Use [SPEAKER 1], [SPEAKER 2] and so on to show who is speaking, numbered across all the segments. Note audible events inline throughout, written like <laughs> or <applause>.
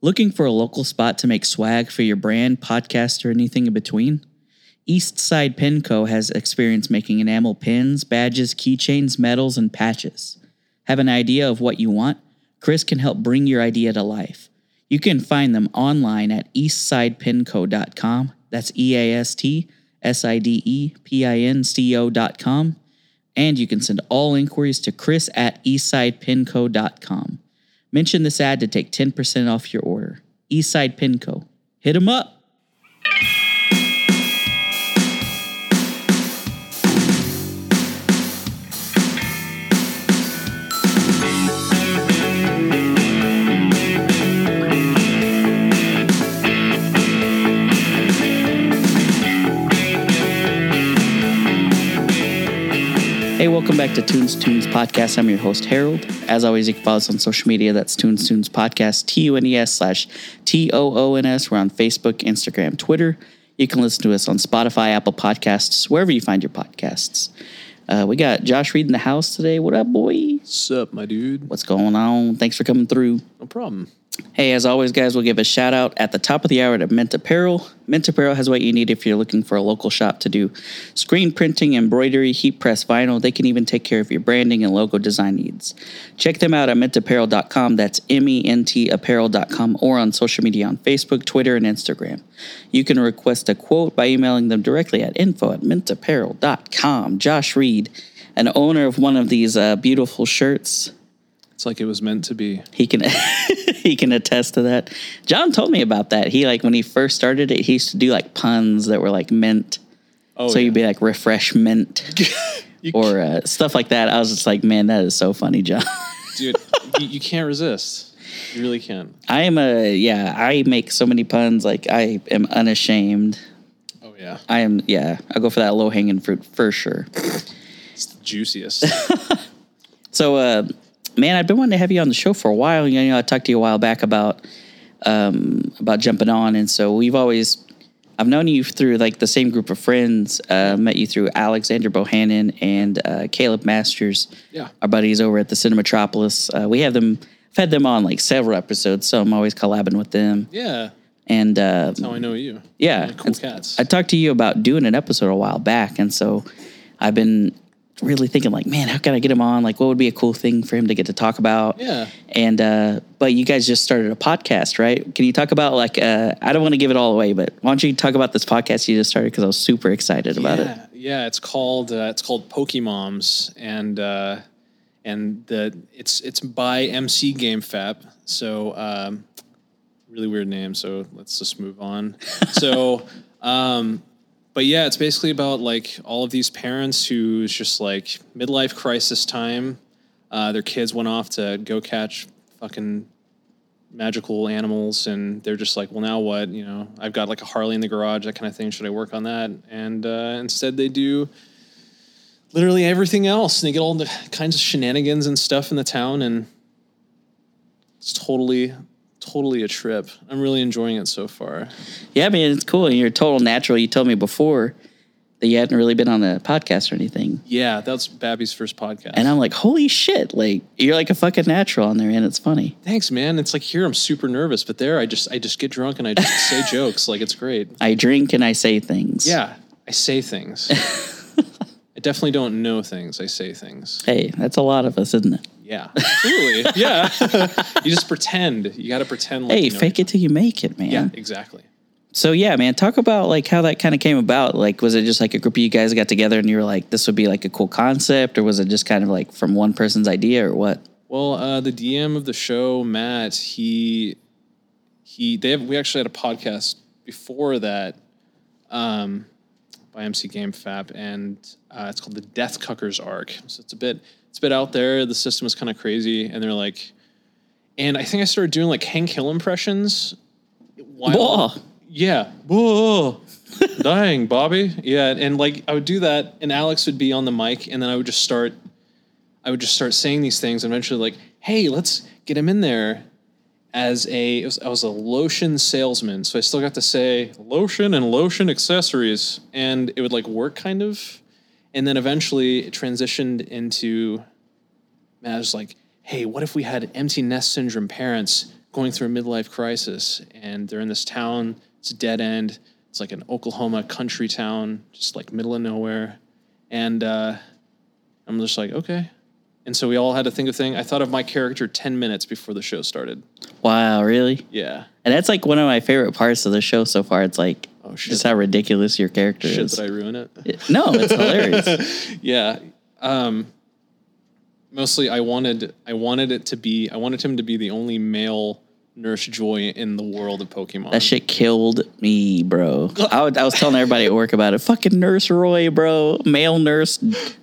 [SPEAKER 1] Looking for a local spot to make swag for your brand, podcast, or anything in between? Eastside Pin Co. has experience making enamel pins, badges, keychains, medals, and patches. Have an idea of what you want? Chris can help bring your idea to life. You can find them online at eastsidepinco.com. That's E A S T S I D E P I N C O.com. And you can send all inquiries to Chris at eastsidepinco.com. Mention this ad to take 10% off your order. Eastside Pinco. Hit 'em up. Hey, welcome back to Tunes Tunes Podcast. I'm your host, Harold. As always, you can follow us on social media. That's Tunes Tunes Podcast, T U N E S slash T O O N S. We're on Facebook, Instagram, Twitter. You can listen to us on Spotify, Apple Podcasts, wherever you find your podcasts. Uh, we got Josh Reed in the house today. What up, boy?
[SPEAKER 2] Sup, my dude?
[SPEAKER 1] What's going on? Thanks for coming through.
[SPEAKER 2] No problem.
[SPEAKER 1] Hey, as always, guys, we'll give a shout out at the top of the hour to Mint Apparel. Mint Apparel has what you need if you're looking for a local shop to do screen printing, embroidery, heat press vinyl. They can even take care of your branding and logo design needs. Check them out at mintapparel.com. That's M E N T apparel.com or on social media on Facebook, Twitter, and Instagram. You can request a quote by emailing them directly at info at mintapparel.com. Josh Reed, an owner of one of these uh, beautiful shirts,
[SPEAKER 2] It's like it was meant to be.
[SPEAKER 1] he can <laughs> he can attest to that. John told me about that. He like when he first started it, he used to do like puns that were like mint.
[SPEAKER 2] Oh,
[SPEAKER 1] so you'd be like refreshment or uh, stuff like that. I was just like, man, that is so funny, John. <laughs>
[SPEAKER 2] dude, you, you can't resist. You really can't.
[SPEAKER 1] I am a yeah. I make so many puns. Like I am unashamed.
[SPEAKER 2] Oh yeah,
[SPEAKER 1] I am yeah. I go for that low hanging fruit for sure.
[SPEAKER 2] it's the juiciest.
[SPEAKER 1] <laughs> So, uh, man, I've been wanting to have you on the show for a while. You know, I talked to you a while back about um, about jumping on, and so we've always I've known you through like the same group of friends. Uh, met you through Alexander Bohannon and uh, Caleb Masters,
[SPEAKER 2] yeah,
[SPEAKER 1] our buddies over at the Cinematropolis. Uh, we have them. I've had them on like several episodes, so I'm always collabing with them.
[SPEAKER 2] yeah.
[SPEAKER 1] And uh,
[SPEAKER 2] That's how I know you.
[SPEAKER 1] yeah,
[SPEAKER 2] You're cool
[SPEAKER 1] and
[SPEAKER 2] cats.
[SPEAKER 1] I talked to you about doing an episode a while back, and so I've been really thinking like, man, how can I get him on? Like, what would be a cool thing for him to get to talk about?
[SPEAKER 2] yeah,
[SPEAKER 1] And uh, but you guys just started a podcast, right? Can you talk about like uh, I don't want to give it all away, but why don't you talk about this podcast you just started? Because I was super excited about it.
[SPEAKER 2] yeah, yeah. It's called uh, it's called Pokemoms, and uh, and the it's it's by MC GameFap. So um, really weird name. So let's just
[SPEAKER 1] <laughs>
[SPEAKER 2] move on. so, um, but yeah, it's basically about like all of these parents who's just like midlife crisis time. Uh, their kids went off to go catch fucking magical animals, and they're just like, well, now what? You know, I've got like a Harley in the garage, that kind of thing. Should I work on that? And uh, instead, they do literally everything else, and they get all the kinds of shenanigans and stuff in the town, and it's totally, totally a trip. I'm really enjoying it so far.
[SPEAKER 1] Yeah, man, it's cool. And you're total natural. You told me before that you hadn't really been on a podcast or anything.
[SPEAKER 2] Yeah, that's Babby's first podcast.
[SPEAKER 1] And I'm like, holy shit! Like you're like a fucking natural on there, and it's funny.
[SPEAKER 2] Thanks, man. It's like here I'm super nervous, but there I just I just get drunk and I
[SPEAKER 1] <laughs>
[SPEAKER 2] just say jokes. Like it's great.
[SPEAKER 1] I drink and I say things.
[SPEAKER 2] Yeah, I
[SPEAKER 1] <laughs>
[SPEAKER 2] say things. I definitely don't know things. I say things.
[SPEAKER 1] Hey, that's a lot of us, isn't it?
[SPEAKER 2] Yeah, absolutely. yeah, you just pretend. You got to pretend. Like
[SPEAKER 1] Hey,
[SPEAKER 2] you know
[SPEAKER 1] fake it till you make it, man.
[SPEAKER 2] Yeah, exactly.
[SPEAKER 1] So yeah, man, talk about like how that kind of came about. Like, was it just like a group of you guys got together and you were like, this would be like a cool concept, or was it just kind of like from one person's idea or what?
[SPEAKER 2] Well, uh, the DM of the show, Matt, he he they have we actually had a podcast before that um, by MC GameFap, and uh, it's called the Death Cuckers Arc. So it's a bit it's a bit out there. The system is kind of crazy, and they're like, and I think I started doing like Hank Hill impressions. While,
[SPEAKER 1] Whoa.
[SPEAKER 2] yeah. Whoa. <laughs> Dying, Bobby. Yeah. And like I would do that and Alex would be on the mic and then I would just start I would just start saying these things and eventually like, hey, let's get him in there as a it was, I was a lotion salesman. So I still got to say lotion and lotion accessories. And it would like work kind of. And then eventually it transitioned into man, I was like, hey, what if we had empty nest syndrome parents going through a midlife crisis, and they're in this town. It's a dead end. It's like an Oklahoma country town, just like middle of nowhere. And uh, I'm just like, okay. And so we all had to think of thing. I thought of my character ten minutes before the show started.
[SPEAKER 1] Wow, really?
[SPEAKER 2] Yeah,
[SPEAKER 1] And that's like one of my favorite parts of the show so far. It's like
[SPEAKER 2] Oh, shit.
[SPEAKER 1] just how ridiculous your character
[SPEAKER 2] shit,
[SPEAKER 1] is.
[SPEAKER 2] did I ruin it?
[SPEAKER 1] It- no, it's
[SPEAKER 2] <laughs>
[SPEAKER 1] hilarious.
[SPEAKER 2] yeah. Um, mostly, I wanted I wanted it to be I wanted him to be the only male Nurse Joy in the world of Pokemon.
[SPEAKER 1] That shit killed me, bro. I, would, I was telling everybody at work about it. Fucking Nurse Roy, bro. Male Nurse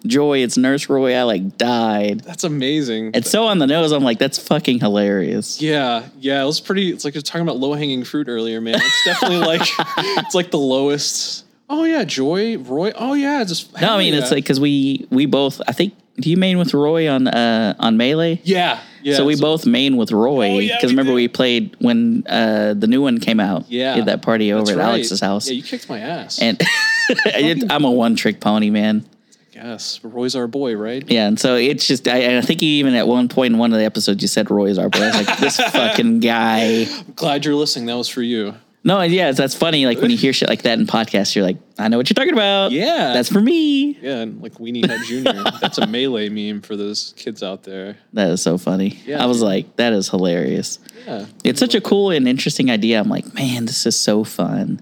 [SPEAKER 1] Joy. It's Nurse Roy. I like died.
[SPEAKER 2] That's amazing.
[SPEAKER 1] It's so on the nose. I'm like, that's fucking hilarious.
[SPEAKER 2] yeah, yeah. It was pretty. It's like you're talking about low hanging fruit earlier, man. It's
[SPEAKER 1] <laughs>
[SPEAKER 2] definitely like it's like the lowest. Oh yeah, Joy Roy. Oh yeah, just
[SPEAKER 1] No, I mean
[SPEAKER 2] yeah.
[SPEAKER 1] it's like because we we both. I think do you main with Roy on uh on melee?
[SPEAKER 2] yeah, yeah.
[SPEAKER 1] so we both main with Roy
[SPEAKER 2] Oh, yeah,
[SPEAKER 1] because
[SPEAKER 2] we
[SPEAKER 1] remember
[SPEAKER 2] did.
[SPEAKER 1] we played when uh, the new one came out.
[SPEAKER 2] Yeah.
[SPEAKER 1] we had that party over
[SPEAKER 2] That's
[SPEAKER 1] at
[SPEAKER 2] right.
[SPEAKER 1] Alex's house,
[SPEAKER 2] Yeah, you kicked my ass.
[SPEAKER 1] and <laughs> I did- I'm a one trick pony, man.
[SPEAKER 2] yes, Roy's our boy, right?
[SPEAKER 1] Yeah, and so it's just I, and I think you even at one point in one of the episodes you said Roy is our boy. I was
[SPEAKER 2] <laughs>
[SPEAKER 1] like, this fucking guy.
[SPEAKER 2] I'm glad you're listening. That was for you.
[SPEAKER 1] No, and yeah, that's funny. Like when you hear shit like that in podcasts, you're like, I know what you're talking about.
[SPEAKER 2] Yeah.
[SPEAKER 1] that's for me.
[SPEAKER 2] Yeah, and like Weenie Head Jr. That's a melee meme for those kids out there.
[SPEAKER 1] That is so funny.
[SPEAKER 2] Yeah,
[SPEAKER 1] I was
[SPEAKER 2] dude.
[SPEAKER 1] like, that is hilarious.
[SPEAKER 2] Yeah.
[SPEAKER 1] It's such a cool and interesting idea. I'm like, man, this is so fun.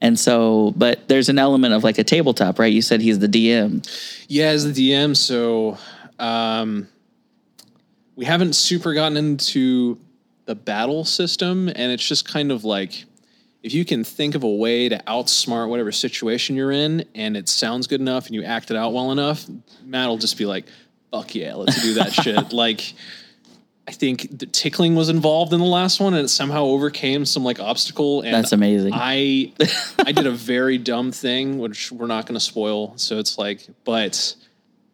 [SPEAKER 1] And so, but there's an element of like a tabletop, right? You said he's the DM.
[SPEAKER 2] Yeah, as the DM, so um, we haven't super gotten into the battle system, and it's just kind of like if you can think of a way to outsmart whatever situation you're in, and it sounds good enough, and you act it out well enough, Matt will just be like, "Fuck yeah, let's do
[SPEAKER 1] <laughs>
[SPEAKER 2] that shit!" Like. I think the tickling was involved in the last one, and it somehow overcame some like obstacle. And
[SPEAKER 1] That's amazing.
[SPEAKER 2] I I did a very dumb thing, which we're not going to spoil. So it's like, but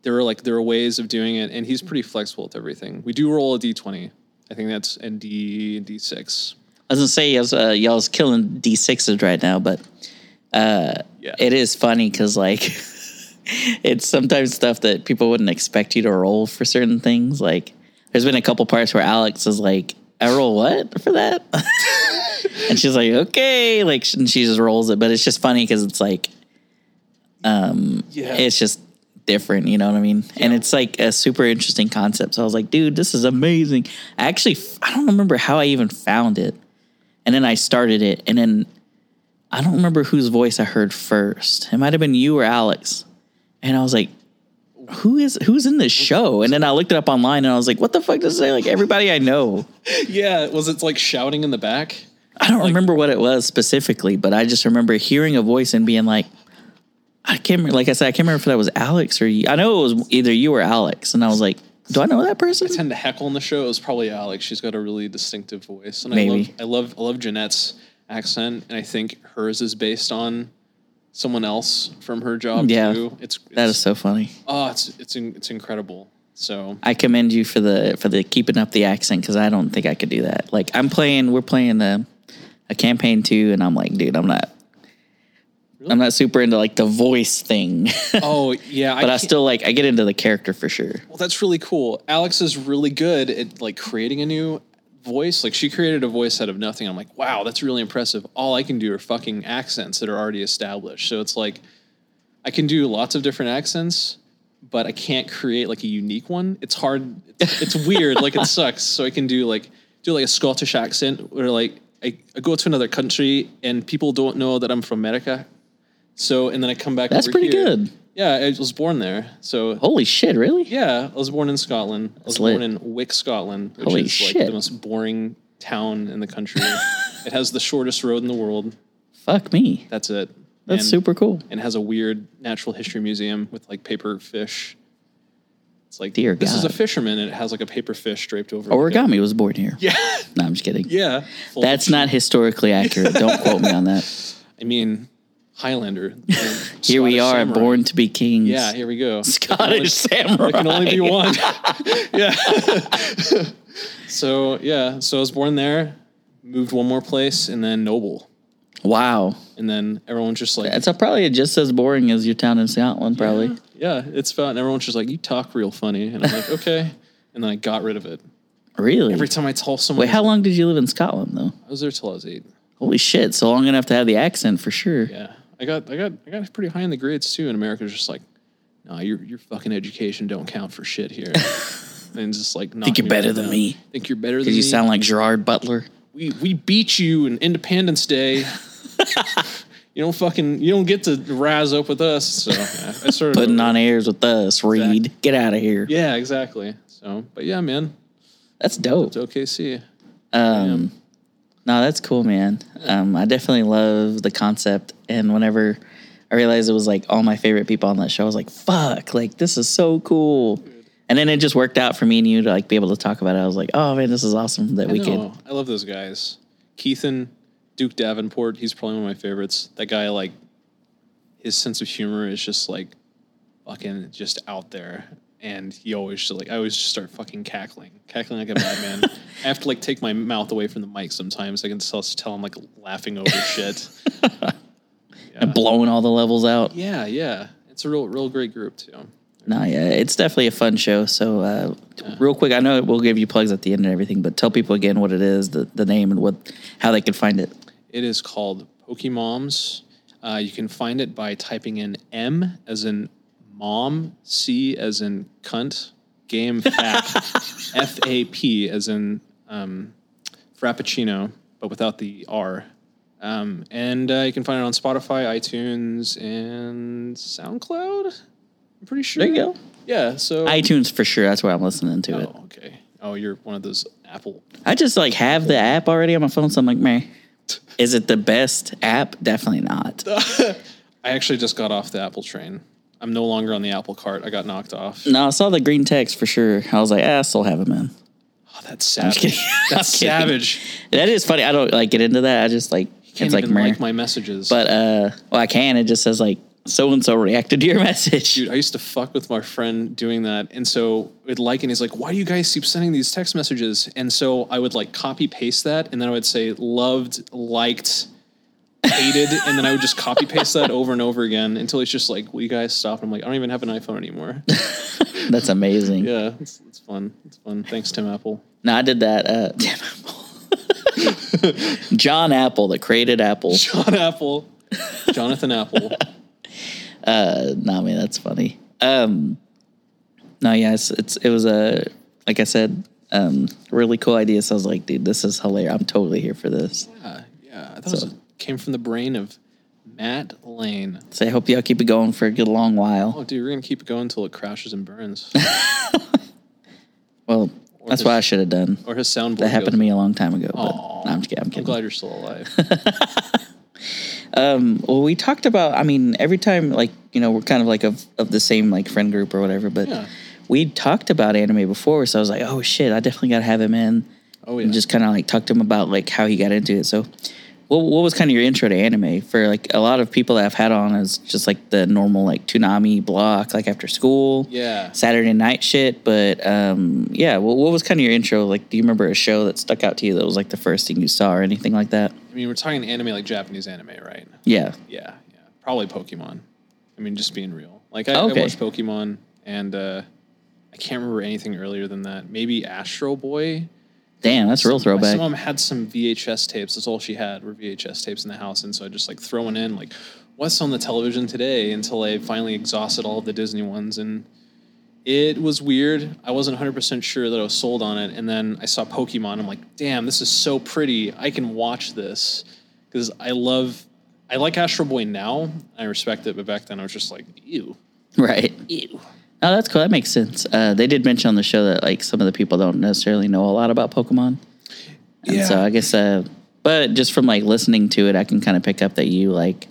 [SPEAKER 2] there are like there are ways of doing it, and he's pretty flexible with everything. We do roll a d twenty. I think that's and d d six.
[SPEAKER 1] I was gonna say y'all's, uh, y'all's killing d sixes right now, but
[SPEAKER 2] Yeah,
[SPEAKER 1] it is funny because like <laughs> it's sometimes stuff that people wouldn't expect you to roll for certain things. Like there's been a couple parts where Alex is like, "I roll what for that?" <laughs> and she's like, "Okay," like and she just rolls it. But it's just funny because it's like um,
[SPEAKER 2] yeah.
[SPEAKER 1] it's just different you know what i mean and it's like a super interesting concept so i was like dude this is amazing i actually f- i don't remember how i even found it and then i started it and then i don't remember whose voice i heard first it might have been you or alex and i was like who is who's in this show and then i looked it up online and i was like what the fuck does it say like everybody i know
[SPEAKER 2] yeah. Was it like shouting in the back?
[SPEAKER 1] I don't remember what it was specifically, but I just remember hearing a voice and being like, I can't remember. Like I said, I can't remember if that was Alex or you. I know it was either you or Alex. And I was like, do I know that person?
[SPEAKER 2] tend to heckle in the show. It was probably Alex. She's got a really distinctive voice, and
[SPEAKER 1] Maybe.
[SPEAKER 2] I love I love I love Jeanette's accent, and I think hers is based on someone else from her job
[SPEAKER 1] Yeah.
[SPEAKER 2] too. It's, it's
[SPEAKER 1] That is so funny.
[SPEAKER 2] oh, it's it's in, it's incredible. So
[SPEAKER 1] I commend you for the for the keeping up the accent because I don't think I could do that. Like I'm playing, we're playing a, a campaign too, and I'm like, dude, I'm not, I'm not super into like the voice thing, <laughs>
[SPEAKER 2] oh yeah,
[SPEAKER 1] but I,
[SPEAKER 2] can't-
[SPEAKER 1] still like I get into the character for sure.
[SPEAKER 2] well that's really cool. Alex is really good at like creating a new voice. Like she created a voice out of nothing. I'm like, wow, that's really impressive. All I can do are fucking accents that are already established. So it's like I can do lots of different accents, but I can't create like a unique one. It's hard. It's, it's weird.
[SPEAKER 1] <laughs>
[SPEAKER 2] Like it sucks. So I can do like do like a Scottish accent or like I, I go to another country and people don't know that I'm from America. So and then I come back.
[SPEAKER 1] That's
[SPEAKER 2] over
[SPEAKER 1] pretty
[SPEAKER 2] here.
[SPEAKER 1] good.
[SPEAKER 2] Yeah, I was born there. So
[SPEAKER 1] Holy shit, really?
[SPEAKER 2] yeah, I was born in Scotland. I was
[SPEAKER 1] lit.
[SPEAKER 2] born in Wick, Scotland, which
[SPEAKER 1] Holy
[SPEAKER 2] is like
[SPEAKER 1] shit.
[SPEAKER 2] the most boring town in
[SPEAKER 1] <laughs>
[SPEAKER 2] the country. it has the shortest road in the world.
[SPEAKER 1] Fuck me.
[SPEAKER 2] That's it.
[SPEAKER 1] That's
[SPEAKER 2] and,
[SPEAKER 1] super cool.
[SPEAKER 2] And has a weird natural history museum with like paper fish. It's like
[SPEAKER 1] Dear
[SPEAKER 2] this is a
[SPEAKER 1] God. Oh,
[SPEAKER 2] fisherman, and it has like a paper fish draped over. like, a-
[SPEAKER 1] Origami was born here.
[SPEAKER 2] Yeah,
[SPEAKER 1] <laughs> No, I'm just kidding.
[SPEAKER 2] yeah. Full of
[SPEAKER 1] That's not historically accurate.
[SPEAKER 2] <laughs>
[SPEAKER 1] Don't quote me on that.
[SPEAKER 2] I mean,
[SPEAKER 1] <laughs>
[SPEAKER 2] Highlander.
[SPEAKER 1] Here we are, born to be kings.
[SPEAKER 2] Yeah, here we go.
[SPEAKER 1] Scottish samurai.
[SPEAKER 2] There can
[SPEAKER 1] <laughs>
[SPEAKER 2] only be one. yeah. <laughs> so yeah, so I was born there, moved one more place, and then Noble,
[SPEAKER 1] Wow,
[SPEAKER 2] and then everyone's just like,
[SPEAKER 1] that's a, probably just as boring as your town in Scotland. Probably. <laughs>
[SPEAKER 2] yeah, it's about, and everyone's just like, you talk real funny, and I'm like, okay, and then I got rid of it.
[SPEAKER 1] Really?
[SPEAKER 2] Every time I tell someone,
[SPEAKER 1] Wait, how long did you live in Scotland though?
[SPEAKER 2] I was there till I was eight.
[SPEAKER 1] Holy shit! So long enough to have the accent for sure.
[SPEAKER 2] Yeah, I got, I got, I got pretty high in the grades too. And America's just like, no, your your fucking education don't count for
[SPEAKER 1] <laughs>
[SPEAKER 2] shit here. and just like,
[SPEAKER 1] Think you're
[SPEAKER 2] knocking
[SPEAKER 1] better
[SPEAKER 2] your head
[SPEAKER 1] than
[SPEAKER 2] down.
[SPEAKER 1] me.
[SPEAKER 2] Think you're better than
[SPEAKER 1] Because you
[SPEAKER 2] me.
[SPEAKER 1] sound like Gerard Butler.
[SPEAKER 2] we we beat you in Independence Day. you don't fucking you don't get to rise up with us. So yeah, I sort of
[SPEAKER 1] Putting on airs with us, Reed. Get out of here.
[SPEAKER 2] Yeah, exactly. So, but yeah, man,
[SPEAKER 1] That's dope.
[SPEAKER 2] it's OKC.
[SPEAKER 1] Um, no, that's cool, man. Um, I definitely love the concept. And whenever I realized it was like all my favorite people on that show, I was like, fuck, like this is so cool. And then it just worked out for me and you to like be able to talk about it. I was like, oh man, this is awesome that
[SPEAKER 2] I
[SPEAKER 1] we
[SPEAKER 2] know.
[SPEAKER 1] could.
[SPEAKER 2] I love those guys. Keithan, Duke Davenport. He's probably one of my favorites. That guy, like, his sense of humor is just like fucking just out there. And he always just, like I always just start fucking cackling, cackling like a madman. I have to like take my mouth away from the mic sometimes. I can tell, tell I'm like laughing over shit.
[SPEAKER 1] and blowing all the levels out.
[SPEAKER 2] Yeah, yeah. It's a real, real great group too.
[SPEAKER 1] No, yeah, it's definitely a fun show. So, uh, real quick, I know we'll give you plugs at the end and everything, but tell people again what it is, the, the name, and what how they can find it.
[SPEAKER 2] It is called Pokemoms. Uh, you can find it by typing in M as in mom, C as in cunt, game fap,
[SPEAKER 1] <laughs>
[SPEAKER 2] F A P as in um, frappuccino, but without the R. Um, and uh, you can find it on Spotify, iTunes, and SoundCloud. I'm pretty sure.
[SPEAKER 1] There you go.
[SPEAKER 2] Yeah. So.
[SPEAKER 1] iTunes for sure. That's where I'm listening to it.
[SPEAKER 2] oh, okay. Oh, you're one of those Apple.
[SPEAKER 1] I just like have the app already on my phone, so I'm like, man, is it the best app? Definitely
[SPEAKER 2] <laughs>
[SPEAKER 1] not.
[SPEAKER 2] I actually just got off the Apple train. I'm no longer on the Apple cart. I got knocked off.
[SPEAKER 1] No, I saw the green text for sure. I was like, ah, I still have it, man.
[SPEAKER 2] Oh, that's savage.
[SPEAKER 1] kidding. <laughs>
[SPEAKER 2] That's
[SPEAKER 1] I'm kidding.
[SPEAKER 2] savage.
[SPEAKER 1] That is funny. I don't like get into that. I just like
[SPEAKER 2] Can't
[SPEAKER 1] it's like,
[SPEAKER 2] even
[SPEAKER 1] meh.
[SPEAKER 2] like my messages.
[SPEAKER 1] but uh, well, I can. It just says like so and so reacted to your <laughs> message.
[SPEAKER 2] dude, I used to fuck with my friend doing that, and so with like, and he's like, "Why do you guys keep sending these text messages?" And so I would like copy paste that, and then I would say loved, liked, hated, and then I would just copy paste that over and over again until he's just like, "Will you guys stop?" And I'm like, "I don't even have an iPhone anymore."
[SPEAKER 1] That's amazing.
[SPEAKER 2] yeah, it's, it's fun. It's fun. Thanks, Tim Apple.
[SPEAKER 1] No, I did that. Uh, <laughs> Tim Apple. John Apple that created Apple.
[SPEAKER 2] John Apple,
[SPEAKER 1] <laughs>
[SPEAKER 2] Jonathan Apple.
[SPEAKER 1] Uh, no, I mean that's funny. Um, no, yes, it's it was a like I said, um, really cool idea. So I was like, dude, this is hilarious. I'm totally here for this.
[SPEAKER 2] Yeah, Uh, yeah. I thought it was, came from the brain of Matt Lane.
[SPEAKER 1] So I hope y'all keep it going for a good long while.
[SPEAKER 2] Oh, dude, we're gonna keep it going until it crashes and
[SPEAKER 1] <laughs>
[SPEAKER 2] burns,
[SPEAKER 1] Well, that's what I should have done.
[SPEAKER 2] or his soundboard.
[SPEAKER 1] That happened to me a long time ago. But
[SPEAKER 2] Aw.
[SPEAKER 1] no, I'm just kidding. I'm
[SPEAKER 2] I'm
[SPEAKER 1] kidding.
[SPEAKER 2] glad you're
[SPEAKER 1] <laughs>
[SPEAKER 2] still alive.
[SPEAKER 1] Well, we talked about. I mean, every time, like you know, we're kind of like of, of the same like friend group or whatever. But
[SPEAKER 2] Yeah.
[SPEAKER 1] we talked about anime before, so I was like, oh shit, I definitely gotta have him in.
[SPEAKER 2] Oh yeah,
[SPEAKER 1] And just kind of like talked to him about like how he got into it. So, what what was kind of your intro to anime for like a lot of people that I've had on is just like the normal like Toonami block, like after school,
[SPEAKER 2] yeah.
[SPEAKER 1] Saturday night shit. But um, yeah, what, what was kind of your intro? Like, do you remember a show that stuck out to you that was like the first thing you saw or anything like that?
[SPEAKER 2] I mean, we're talking anime like Japanese anime, right?
[SPEAKER 1] Yeah.
[SPEAKER 2] Yeah, yeah. Probably Pokemon. I mean, just being real. Like I,
[SPEAKER 1] Okay.
[SPEAKER 2] I watched Pokemon, and uh, I can't remember anything earlier than that. Maybe Astro Boy.
[SPEAKER 1] Damn, that's a real
[SPEAKER 2] My
[SPEAKER 1] throwback.
[SPEAKER 2] mom had some VHS tapes. That's all she had were VHS tapes in the house, and so I just like throwing in like, what's on the television today? Until I finally exhausted all of the Disney ones, and it was weird. I wasn't 100 percent sure that I was sold on it, and then I saw Pokemon. I'm like, damn, this is so pretty. I can watch this because I love, I like Astro Boy now. I respect it, but back then I was just like, ew,
[SPEAKER 1] Right.
[SPEAKER 2] ew.
[SPEAKER 1] Oh, that's cool. That makes sense. Uh, they did mention on the show that like some of the people don't necessarily know a lot about Pokemon. And
[SPEAKER 2] Yeah.
[SPEAKER 1] so I guess, uh, but just from like listening to it, I can kind of pick up that you like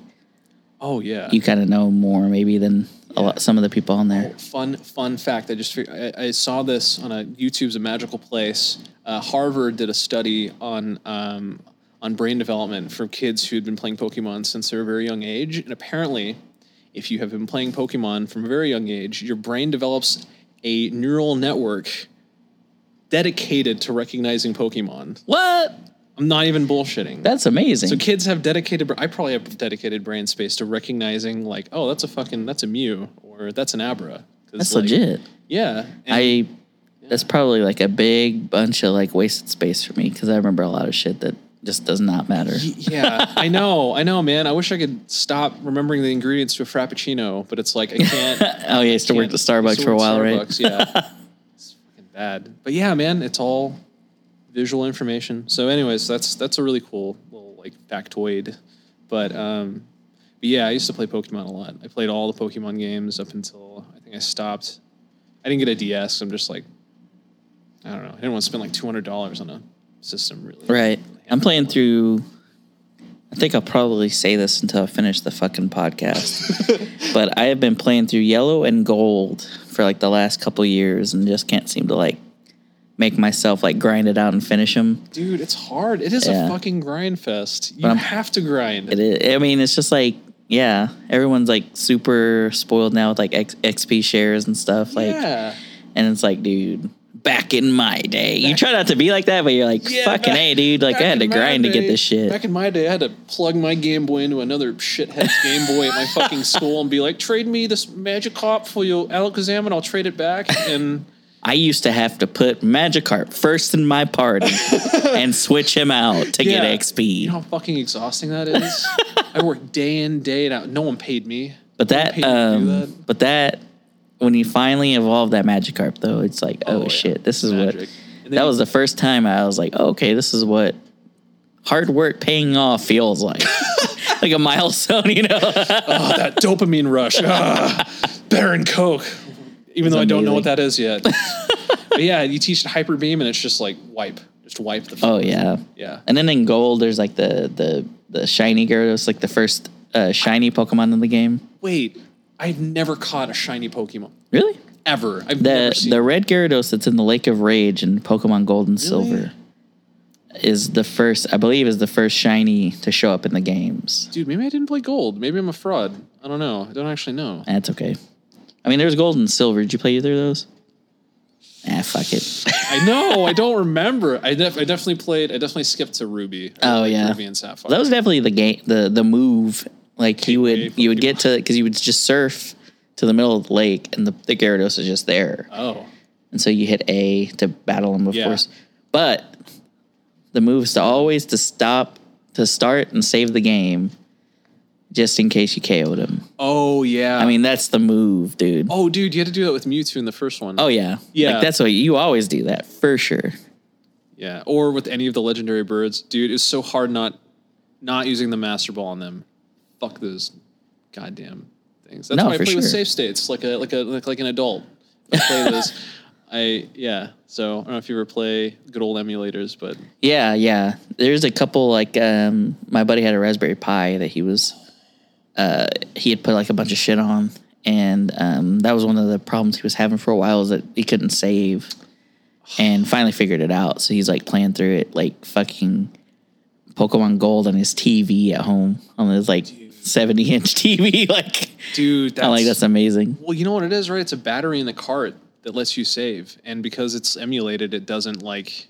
[SPEAKER 2] Oh yeah,
[SPEAKER 1] you kind of know more maybe than a lot, some of the people on there.
[SPEAKER 2] fun fun fact i just fig- I, I saw this on a youtube's a magical place uh, harvard did a study on um, on brain development for kids who had been playing pokemon since they were a very young age and apparently if you have been playing pokemon from a very young age your brain develops a neural network dedicated to recognizing pokemon
[SPEAKER 1] What?
[SPEAKER 2] i'm not even bullshitting
[SPEAKER 1] That's amazing.
[SPEAKER 2] so kids have dedicated. br- I probably have dedicated brain space to recognizing like, oh, that's a fucking, that's a Mew, or that's an Abra. 'Cause,
[SPEAKER 1] that's
[SPEAKER 2] like,
[SPEAKER 1] legit.
[SPEAKER 2] Yeah, and
[SPEAKER 1] I. that's probably like a big bunch of like wasted space for me because I remember a lot of shit that just does not matter.
[SPEAKER 2] Y- yeah, <laughs> I know, I know, man. I wish I could stop remembering the ingredients to a frappuccino, but it's like I can't.
[SPEAKER 1] <laughs> Oh yeah, I used to work at
[SPEAKER 2] can't-
[SPEAKER 1] Starbucks
[SPEAKER 2] still
[SPEAKER 1] for a
[SPEAKER 2] work
[SPEAKER 1] while,
[SPEAKER 2] at
[SPEAKER 1] right?
[SPEAKER 2] Starbucks, Yeah,
[SPEAKER 1] <laughs>
[SPEAKER 2] it's fucking bad. But yeah, man, it's all visual information. So, anyways, that's that's a really cool little like factoid. But um, but yeah, I used to play Pokemon a lot. I played all the Pokemon games up until I think I stopped. I didn't get a DS. I'm just like, I don't know. I didn't want to spend like two hundred dollars on a system, really.
[SPEAKER 1] Right. I'm playing through. I think I'll probably say this until I finish the fucking podcast.
[SPEAKER 2] <laughs>
[SPEAKER 1] but I have been playing through Yellow and Gold for like the last couple years, and just can't seem to like make myself like grind it out and finish them.
[SPEAKER 2] Dude, it's hard. It is
[SPEAKER 1] Yeah.
[SPEAKER 2] a fucking grind fest. You
[SPEAKER 1] I'm-
[SPEAKER 2] have to grind.
[SPEAKER 1] It is, I mean, it's just like yeah, everyone's like super spoiled now with like X, XP shares and stuff. Like,
[SPEAKER 2] yeah.
[SPEAKER 1] and it's like, dude. Back in my day, you try not to be like that, but you're like,
[SPEAKER 2] Yeah,
[SPEAKER 1] fucking
[SPEAKER 2] back-
[SPEAKER 1] hey, dude! Like, I
[SPEAKER 2] Back
[SPEAKER 1] had to
[SPEAKER 2] in my
[SPEAKER 1] grind to
[SPEAKER 2] day-
[SPEAKER 1] get this shit.
[SPEAKER 2] Back in my day, I had to plug my Game Boy into another shithead's Game Boy at my
[SPEAKER 1] <laughs>
[SPEAKER 2] fucking school and be like, "Trade me this Magikarp for your Alakazam, and I'll trade it back." And
[SPEAKER 1] I used to have to put Magikarp first in my
[SPEAKER 2] <laughs>
[SPEAKER 1] party and switch him out to
[SPEAKER 2] Yeah.
[SPEAKER 1] get XP.
[SPEAKER 2] you know how fucking exhausting that is. I worked day in, day out. No one paid me.
[SPEAKER 1] but
[SPEAKER 2] No one
[SPEAKER 1] that,
[SPEAKER 2] paid me to do
[SPEAKER 1] um,
[SPEAKER 2] that.
[SPEAKER 1] but that, when you finally evolve that Magikarp, though, it's like, oh,
[SPEAKER 2] yeah.
[SPEAKER 1] shit, this is
[SPEAKER 2] Magic.
[SPEAKER 1] what.
[SPEAKER 2] And then
[SPEAKER 1] That
[SPEAKER 2] you-
[SPEAKER 1] was the first time I was like, oh, okay, this is what hard work paying off feels
[SPEAKER 2] <laughs>
[SPEAKER 1] like. like a milestone, you know?
[SPEAKER 2] oh,
[SPEAKER 1] <laughs>
[SPEAKER 2] that dopamine rush. Ah, Baron Coke. Even though I don't know what that is yet.
[SPEAKER 1] <laughs>
[SPEAKER 2] but yeah, you teach it hyper beam, and it's just like wipe, just wipe the.
[SPEAKER 1] oh yeah,
[SPEAKER 2] Yeah.
[SPEAKER 1] And then in gold, there's like the the the shiny Gyarados, like the first uh, shiny Pokemon in the game.
[SPEAKER 2] Wait, I've never caught a shiny Pokemon
[SPEAKER 1] Really?
[SPEAKER 2] ever. I've never
[SPEAKER 1] the
[SPEAKER 2] seen.
[SPEAKER 1] the red Gyarados that's in the Lake of Rage in Pokemon Gold and Silver is the first, I believe, is the first shiny to show up in the games.
[SPEAKER 2] Dude, maybe I didn't play gold. Maybe I'm a fraud. I don't know. I don't actually know.
[SPEAKER 1] That's okay. I mean, there's Gold and Silver. Did you play either of those? Ah, fuck it.
[SPEAKER 2] I know. I don't remember. I, def- I definitely played. I definitely skipped to Ruby. I
[SPEAKER 1] Oh,
[SPEAKER 2] played
[SPEAKER 1] yeah.
[SPEAKER 2] Ruby and Sapphire.
[SPEAKER 1] that was definitely the game, the the move. Like you
[SPEAKER 2] Gateway
[SPEAKER 1] would
[SPEAKER 2] for
[SPEAKER 1] you would get to because you would just surf to the middle of the lake and the, the Gyarados is just there.
[SPEAKER 2] oh,
[SPEAKER 1] And so you hit A to battle him, of
[SPEAKER 2] Yeah.
[SPEAKER 1] course. But the move is to always to stop, to start and save the game, just in case you KO'd him.
[SPEAKER 2] oh yeah.
[SPEAKER 1] I mean, that's the move, dude. Oh,
[SPEAKER 2] oh dude, you had to do that with Mewtwo in the first one.
[SPEAKER 1] yeah,
[SPEAKER 2] Yeah.
[SPEAKER 1] Like, that's what you always do that for sure.
[SPEAKER 2] yeah. Or with any of the legendary birds, dude. It's so hard not not using the Master Ball on them. Fuck those goddamn things. That's
[SPEAKER 1] No,
[SPEAKER 2] why I
[SPEAKER 1] for
[SPEAKER 2] play with
[SPEAKER 1] sure.
[SPEAKER 2] safe states like a like a like, like an adult. I
[SPEAKER 1] <laughs>
[SPEAKER 2] play those. I yeah. So I don't know if you ever play good old emulators, but
[SPEAKER 1] Yeah, yeah. There's a couple like um, my buddy had a Raspberry Pi that he was uh, he had put like a bunch of shit on, and um, that was one of the problems he was having for a while is that he couldn't save, and finally figured it out. So he's like playing through it like fucking Pokemon Gold on his TV at home on his like seventy inch <laughs> TV. like
[SPEAKER 2] dude, that's
[SPEAKER 1] I'm like that's amazing.
[SPEAKER 2] Well, you know what it is, right? It's a battery in the cart that lets you save, and because it's emulated, it doesn't like,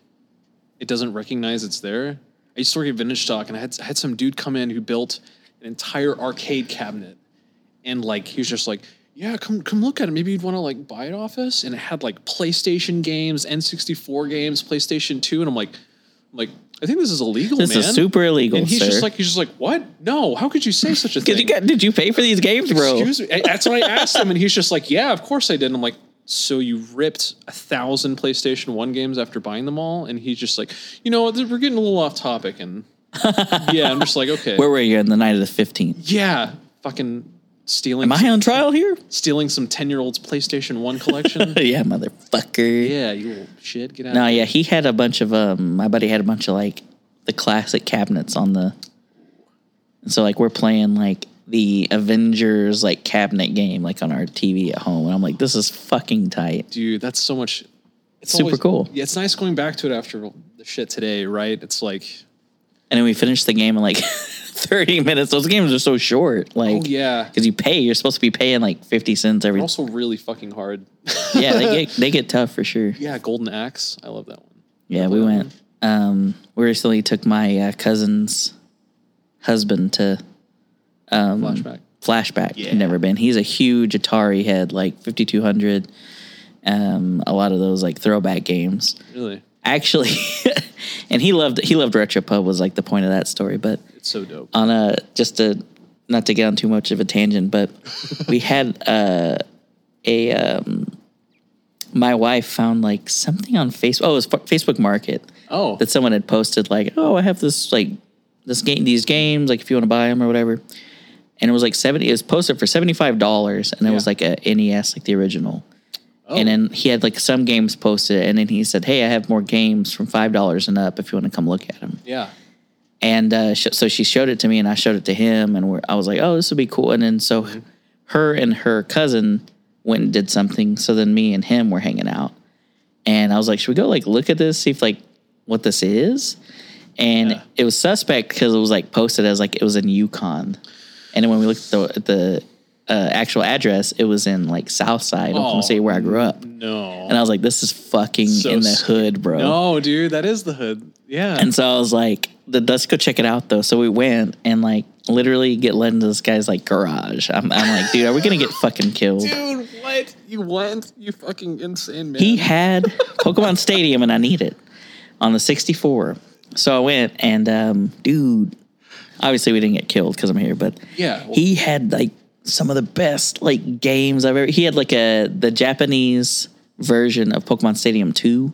[SPEAKER 2] it doesn't recognize it's there. I used to work at vintage stock, and I had I had some dude come in who built an entire arcade cabinet, and like he was just like, "Yeah, come come look at it. Maybe you'd want to like buy it off us." And it had like PlayStation games, N64 games, PlayStation Two, and I'm like, I'm like, I think this is illegal,
[SPEAKER 1] This
[SPEAKER 2] man.
[SPEAKER 1] is super illegal,
[SPEAKER 2] And he's
[SPEAKER 1] sir.
[SPEAKER 2] just like, he's just like, what? No, how could you
[SPEAKER 1] <laughs>
[SPEAKER 2] say such a thing?
[SPEAKER 1] did you get, did you pay for these games, bro?
[SPEAKER 2] Excuse me. That's what I asked him, and he's just like, "Yeah, of course I did." And I'm like, "So you ripped a thousand PlayStation One games after buying them all?" And he's just like, "You know, what, we're getting a little off topic."
[SPEAKER 1] <laughs>
[SPEAKER 2] And yeah, I'm just like, "Okay,
[SPEAKER 1] Where were you on the night of the fifteenth?
[SPEAKER 2] yeah, fucking
[SPEAKER 1] Am
[SPEAKER 2] stealing,
[SPEAKER 1] I on trial here?
[SPEAKER 2] stealing some ten year old's PlayStation One collection."
[SPEAKER 1] <laughs> yeah, motherfucker.
[SPEAKER 2] yeah, you little shit, get out.
[SPEAKER 1] No,
[SPEAKER 2] of here.
[SPEAKER 1] yeah, he had a bunch of um my buddy had a bunch of like the classic cabinets on the and so like we're playing like the Avengers like cabinet game like on our TV at home and I'm like this is fucking tight.
[SPEAKER 2] dude, that's so much. It's
[SPEAKER 1] Super cool.
[SPEAKER 2] Yeah, it's nice going back to it after the shit today, right? It's like,
[SPEAKER 1] And then we finished the game in like <laughs> 30 minutes. Those games are so short like
[SPEAKER 2] oh yeah,
[SPEAKER 1] cuz you pay you're supposed to be paying like 50 cents every
[SPEAKER 2] also really fucking hard. <laughs>
[SPEAKER 1] Yeah, they get they get tough for sure.
[SPEAKER 2] yeah, Golden Axe, I love that one.
[SPEAKER 1] Yeah, we went um we recently took my uh, cousin's husband to
[SPEAKER 2] Flashback.
[SPEAKER 1] Um, flashback.
[SPEAKER 2] Yeah.
[SPEAKER 1] He'd never been. He's a huge Atari head, like 5200 um, a lot of those like throwback games.
[SPEAKER 2] Really,
[SPEAKER 1] Actually, <laughs> and he loved he loved RetroPub was like the point of that story. But
[SPEAKER 2] it's so dope.
[SPEAKER 1] on a just to not to get on too much of a tangent, but we had uh, a um, my wife found like something on Facebook. Oh, it was Fa- Facebook Market
[SPEAKER 2] oh,
[SPEAKER 1] that someone had posted like, "Oh, I have this like this game, these games. Like, if you want to buy them or whatever." And it was like seventy. It was posted for seventy five dollars, and it was
[SPEAKER 2] Yeah.
[SPEAKER 1] like a NES, like the original.
[SPEAKER 2] oh,
[SPEAKER 1] And then he had like some games posted, and then he said, "Hey, I have more games from five dollars and up. If you want to come look at them."
[SPEAKER 2] yeah,
[SPEAKER 1] And uh, sh- so she showed it to me, and I showed it to him, and we're, I was like, "Oh, this would be cool." And then so,
[SPEAKER 2] Mm-hmm.
[SPEAKER 1] her and her cousin went and did something. So then me and him were hanging out, and I was like, "Should we go like look at this, see if like what this is?" And
[SPEAKER 2] Yeah.
[SPEAKER 1] it was suspect because it was like posted as like it was in Yukon, and then when we looked at the, the uh, actual address, it was in like Southside, Oklahoma
[SPEAKER 2] Oh,
[SPEAKER 1] City, where I grew up.
[SPEAKER 2] no,
[SPEAKER 1] And I was like, "This is fucking
[SPEAKER 2] So
[SPEAKER 1] in the
[SPEAKER 2] scary.
[SPEAKER 1] hood, bro."
[SPEAKER 2] no, dude, that is the hood. Yeah,
[SPEAKER 1] And so I was like, "Th- let's go check it out though. So we went and like literally get led into this guy's like garage. I'm, I'm like, dude, are we gonna get fucking killed?
[SPEAKER 2] dude, what you want? You fucking insane man.
[SPEAKER 1] He had Pokemon Stadium and I need it on the 64. So I went and um, dude, obviously we didn't get killed because I'm here, but
[SPEAKER 2] Yeah, well-
[SPEAKER 1] he had like some of the best like games I've ever. He had like a the Japanese version of Pokemon Stadium 2.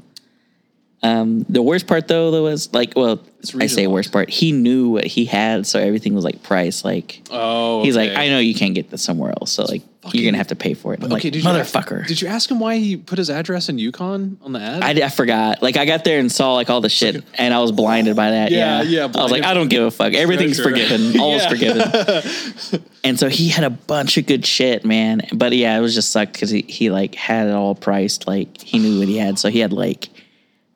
[SPEAKER 1] Um, the worst part though, though, was like, well,
[SPEAKER 2] It's
[SPEAKER 1] I say
[SPEAKER 2] regionalized.
[SPEAKER 1] worst part. He knew what he had, so everything was like price. Like
[SPEAKER 2] oh,
[SPEAKER 1] he's like,
[SPEAKER 2] okay.
[SPEAKER 1] I know you can't get this somewhere else, so like
[SPEAKER 2] fucking-
[SPEAKER 1] you're gonna have to pay for it. I'm like,
[SPEAKER 2] did you-
[SPEAKER 1] motherfucker.
[SPEAKER 2] did you ask him why he put his address in Yukon on the ad?
[SPEAKER 1] I, I forgot. Like I got there and saw like all the shit, and I was blinded by that. Yeah,
[SPEAKER 2] Yeah, yeah,
[SPEAKER 1] I was like,
[SPEAKER 2] blinded
[SPEAKER 1] I don't give a fuck. Everything's
[SPEAKER 2] Treasure. <laughs>
[SPEAKER 1] forgiven. All is
[SPEAKER 2] Yeah.
[SPEAKER 1] forgiven.
[SPEAKER 2] <laughs>
[SPEAKER 1] and so he had a bunch of good shit, man. But yeah, it was just sucked because he, he like had it all priced. Like he knew what he had, so he had like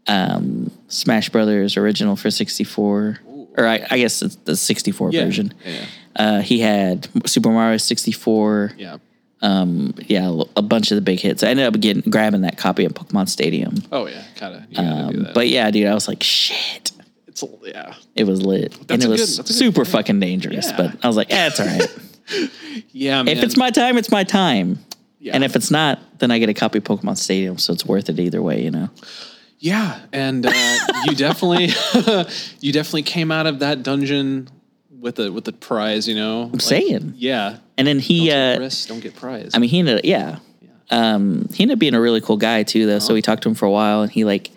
[SPEAKER 1] um Smash Brothers original for sixty four, or I, I guess it's the sixty four
[SPEAKER 2] yeah.
[SPEAKER 1] version.
[SPEAKER 2] Yeah,
[SPEAKER 1] Uh, he had Super Mario sixty four.
[SPEAKER 2] yeah.
[SPEAKER 1] Um, yeah, a bunch of the big hits. I ended up getting grabbing that copy of Pokemon Stadium.
[SPEAKER 2] Oh yeah, gotta. You gotta do
[SPEAKER 1] Um,
[SPEAKER 2] that.
[SPEAKER 1] but yeah, dude, I was like, shit.
[SPEAKER 2] it's yeah,
[SPEAKER 1] It was lit. and
[SPEAKER 2] a
[SPEAKER 1] it
[SPEAKER 2] good-
[SPEAKER 1] was
[SPEAKER 2] that's a good
[SPEAKER 1] super fucking dangerous.
[SPEAKER 2] Yeah.
[SPEAKER 1] But I was like, eh, it's all
[SPEAKER 2] <laughs>
[SPEAKER 1] right.
[SPEAKER 2] yeah. Man.
[SPEAKER 1] if it's my time, it's my time.
[SPEAKER 2] Yeah.
[SPEAKER 1] And if it's not, then I get a copy of Pokemon Stadium. So it's worth it either way, you know?
[SPEAKER 2] Yeah, and uh, you definitely <laughs> you definitely came out of that dungeon with a with a prize, you know. I'm
[SPEAKER 1] saying.
[SPEAKER 2] Yeah.
[SPEAKER 1] And then he,
[SPEAKER 2] Take
[SPEAKER 1] uh,
[SPEAKER 2] risks, don't get prize.
[SPEAKER 1] I mean, he ended up, yeah. Um, he ended up being a really cool guy, too, though.
[SPEAKER 2] Uh-huh.
[SPEAKER 1] So we talked to him for a while and he, like,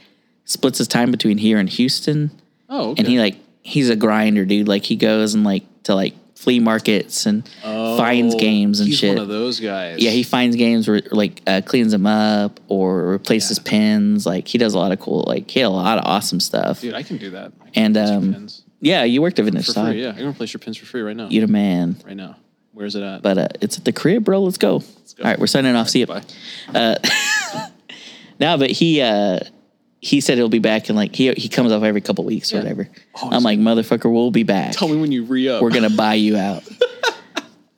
[SPEAKER 1] splits his time between here and Houston.
[SPEAKER 2] oh, okay.
[SPEAKER 1] and he like he's a grinder dude like he goes and like to like flea markets and finds
[SPEAKER 2] Oh,
[SPEAKER 1] games and
[SPEAKER 2] he's
[SPEAKER 1] shit
[SPEAKER 2] One of those guys.
[SPEAKER 1] yeah he finds games where like uh, cleans them up or replaces pins like he does a lot of cool like he had a lot of awesome stuff
[SPEAKER 2] Dude, I can do that. I
[SPEAKER 1] and
[SPEAKER 2] can replace your
[SPEAKER 1] um
[SPEAKER 2] pins
[SPEAKER 1] yeah you worked at vintage
[SPEAKER 2] for
[SPEAKER 1] stock
[SPEAKER 2] free. Yeah, I can replace your pins for free right now.
[SPEAKER 1] you the man
[SPEAKER 2] right now. Where is it at?
[SPEAKER 1] but uh, it's at the crib bro let's go,
[SPEAKER 2] go.
[SPEAKER 1] all right we're signing off see you
[SPEAKER 2] Bye.
[SPEAKER 1] No, but he uh he said he'll be back and like he he comes off every couple weeks or
[SPEAKER 2] Yeah.
[SPEAKER 1] whatever
[SPEAKER 2] Oh,
[SPEAKER 1] i'm
[SPEAKER 2] so-
[SPEAKER 1] like motherfucker we'll be back
[SPEAKER 2] Tell me when you re up.
[SPEAKER 1] we're gonna buy you
[SPEAKER 2] <laughs>
[SPEAKER 1] out.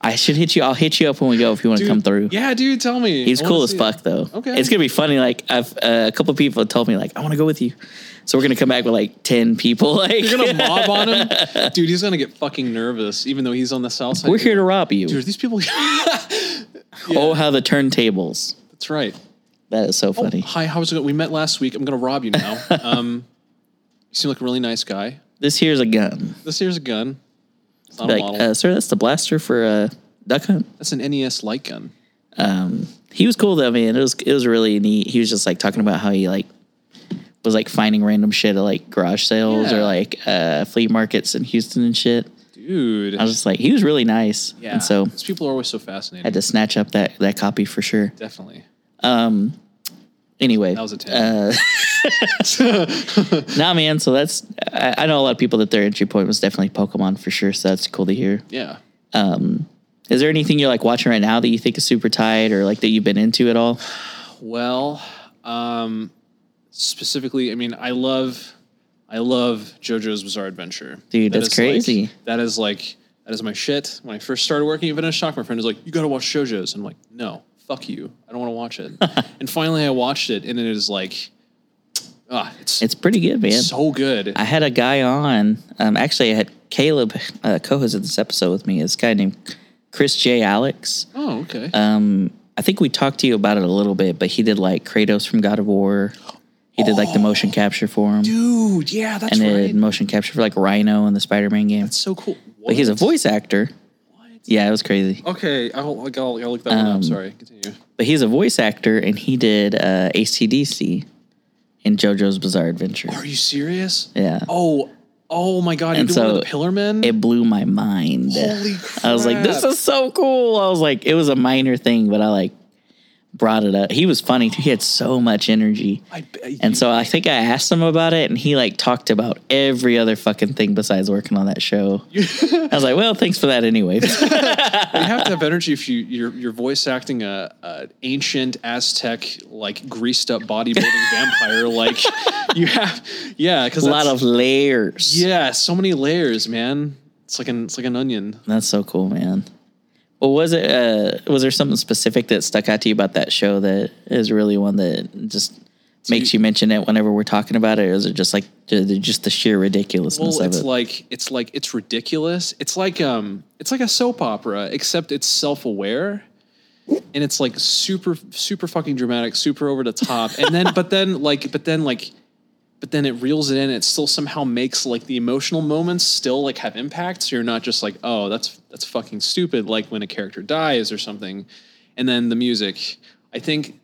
[SPEAKER 1] I should hit you. I'll hit you up when we go if you want to come through.
[SPEAKER 2] Yeah, dude, tell me.
[SPEAKER 1] He's
[SPEAKER 2] I wanna
[SPEAKER 1] cool as
[SPEAKER 2] see it.
[SPEAKER 1] fuck though.
[SPEAKER 2] Okay.
[SPEAKER 1] it's gonna be funny. Like I've uh, a couple people have told me like I want to go with you, so we're gonna come back with like ten people. <laughs> Like
[SPEAKER 2] You're gonna mob
[SPEAKER 1] <laughs>
[SPEAKER 2] on him, dude. He's gonna get fucking nervous, even though he's on the south side.
[SPEAKER 1] we're here to rob you.
[SPEAKER 2] Dude, these people.
[SPEAKER 1] Oh how the turntables.
[SPEAKER 2] <laughs> That's right.
[SPEAKER 1] That is so
[SPEAKER 2] Oh.
[SPEAKER 1] funny.
[SPEAKER 2] Hi, how's it going? We met last week. I'm going to rob
[SPEAKER 1] <laughs>
[SPEAKER 2] you now. Um, you seem like a really nice guy.
[SPEAKER 1] This here's a gun.
[SPEAKER 2] This here's a gun. It's not a
[SPEAKER 1] Like
[SPEAKER 2] model.
[SPEAKER 1] uh, sir, that's the blaster for uh, duck hunt.
[SPEAKER 2] That's an NES light gun.
[SPEAKER 1] um, he was cool though, man. It was it was really neat. He was just like talking about how he like was like finding random shit at like garage sales
[SPEAKER 2] Yeah.
[SPEAKER 1] or like uh, flea markets in Houston and shit.
[SPEAKER 2] Dude.
[SPEAKER 1] I was just like, he was really nice,
[SPEAKER 2] yeah.
[SPEAKER 1] and so
[SPEAKER 2] These people are always so
[SPEAKER 1] had
[SPEAKER 2] fascinating.
[SPEAKER 1] to snatch up that that copy for sure.
[SPEAKER 2] Definitely.
[SPEAKER 1] Anyway,
[SPEAKER 2] That was a
[SPEAKER 1] Uh,
[SPEAKER 2] 10.
[SPEAKER 1] <laughs> nah, man. So that's I, I know a lot of people that their entry point was definitely Pokemon for sure. So that's cool to hear.
[SPEAKER 2] <laughs> yeah.
[SPEAKER 1] Is there anything you're like watching right now that you think is super tight or like that you've been into at all?
[SPEAKER 2] Well, um, specifically, I mean, I love, I love JoJo's Bizarre Adventure.
[SPEAKER 1] Dude,
[SPEAKER 2] That
[SPEAKER 1] that's
[SPEAKER 2] is, like-
[SPEAKER 1] crazy.
[SPEAKER 2] that is like that is my shit. When I first started working at Vintage Shock, my friend was like, "You got to watch JoJo's." I'm like, "No, fuck you. I don't want to
[SPEAKER 1] <laughs>
[SPEAKER 2] watch it." and finally, I watched it, and it is like, ah, it's,
[SPEAKER 1] It's pretty good, man.
[SPEAKER 2] so good.
[SPEAKER 1] I had a guy on. Um, actually, I had Caleb uh, co-hosted this episode with me. This guy named Chris J. Alex.
[SPEAKER 2] oh, okay.
[SPEAKER 1] Um, I think we talked to you about it a little bit, but he did like Kratos from God of War. He did like the motion capture for him,
[SPEAKER 2] Oh, Dude, yeah, that's
[SPEAKER 1] and
[SPEAKER 2] right.
[SPEAKER 1] then motion capture for like Rhino in the Spider-Man game.
[SPEAKER 2] That's so cool. What?
[SPEAKER 1] but he's a voice actor. Yeah, it was crazy.
[SPEAKER 2] Okay, I'll, I'll, I'll look that
[SPEAKER 1] Um,
[SPEAKER 2] one up. Sorry, continue.
[SPEAKER 1] But he's a voice actor, and he did uh, ACDC in JoJo's Bizarre Adventure.
[SPEAKER 2] Are you serious?
[SPEAKER 1] Yeah,
[SPEAKER 2] Oh, oh my God! You
[SPEAKER 1] And
[SPEAKER 2] did one of
[SPEAKER 1] so
[SPEAKER 2] the Pillar Men.
[SPEAKER 1] it blew my mind.
[SPEAKER 2] Holy
[SPEAKER 1] I was like, this
[SPEAKER 2] crap.
[SPEAKER 1] is so cool. I was like, it was a minor thing, but I like brought it up. He was funny too. He had so much energy.
[SPEAKER 2] I, I-
[SPEAKER 1] And so I think I asked him about it, and he like talked about every other fucking thing besides working on that show. I was like, well, thanks for that anyway.
[SPEAKER 2] you
[SPEAKER 1] <laughs>
[SPEAKER 2] have to have energy if you you're, you're voice acting a, a ancient Aztec like greased
[SPEAKER 1] <laughs>
[SPEAKER 2] up bodybuilding vampire. Like you have, yeah, because
[SPEAKER 1] a <laughs>
[SPEAKER 2] <laughs>
[SPEAKER 1] lot of layers.
[SPEAKER 2] yeah, so many layers, man. It's like an it's like an onion.
[SPEAKER 1] That's so cool, man. Well, was it? Uh, was there something specific that stuck out to you about that show that is really one that just makes you mention it whenever we're talking about it, or is it just like ju- just the sheer ridiculousness of
[SPEAKER 2] Well, it's
[SPEAKER 1] it?
[SPEAKER 2] like it's like it's ridiculous. It's like um, it's like a soap opera, except it's self-aware, and it's like super, super fucking dramatic, super over the top. And then, but then, like, but then, like, but then it reels it in. It still somehow makes like the emotional moments still like have impact. So you're not just like, oh, that's that's fucking stupid. Like when a character dies or something, and then the music. I think.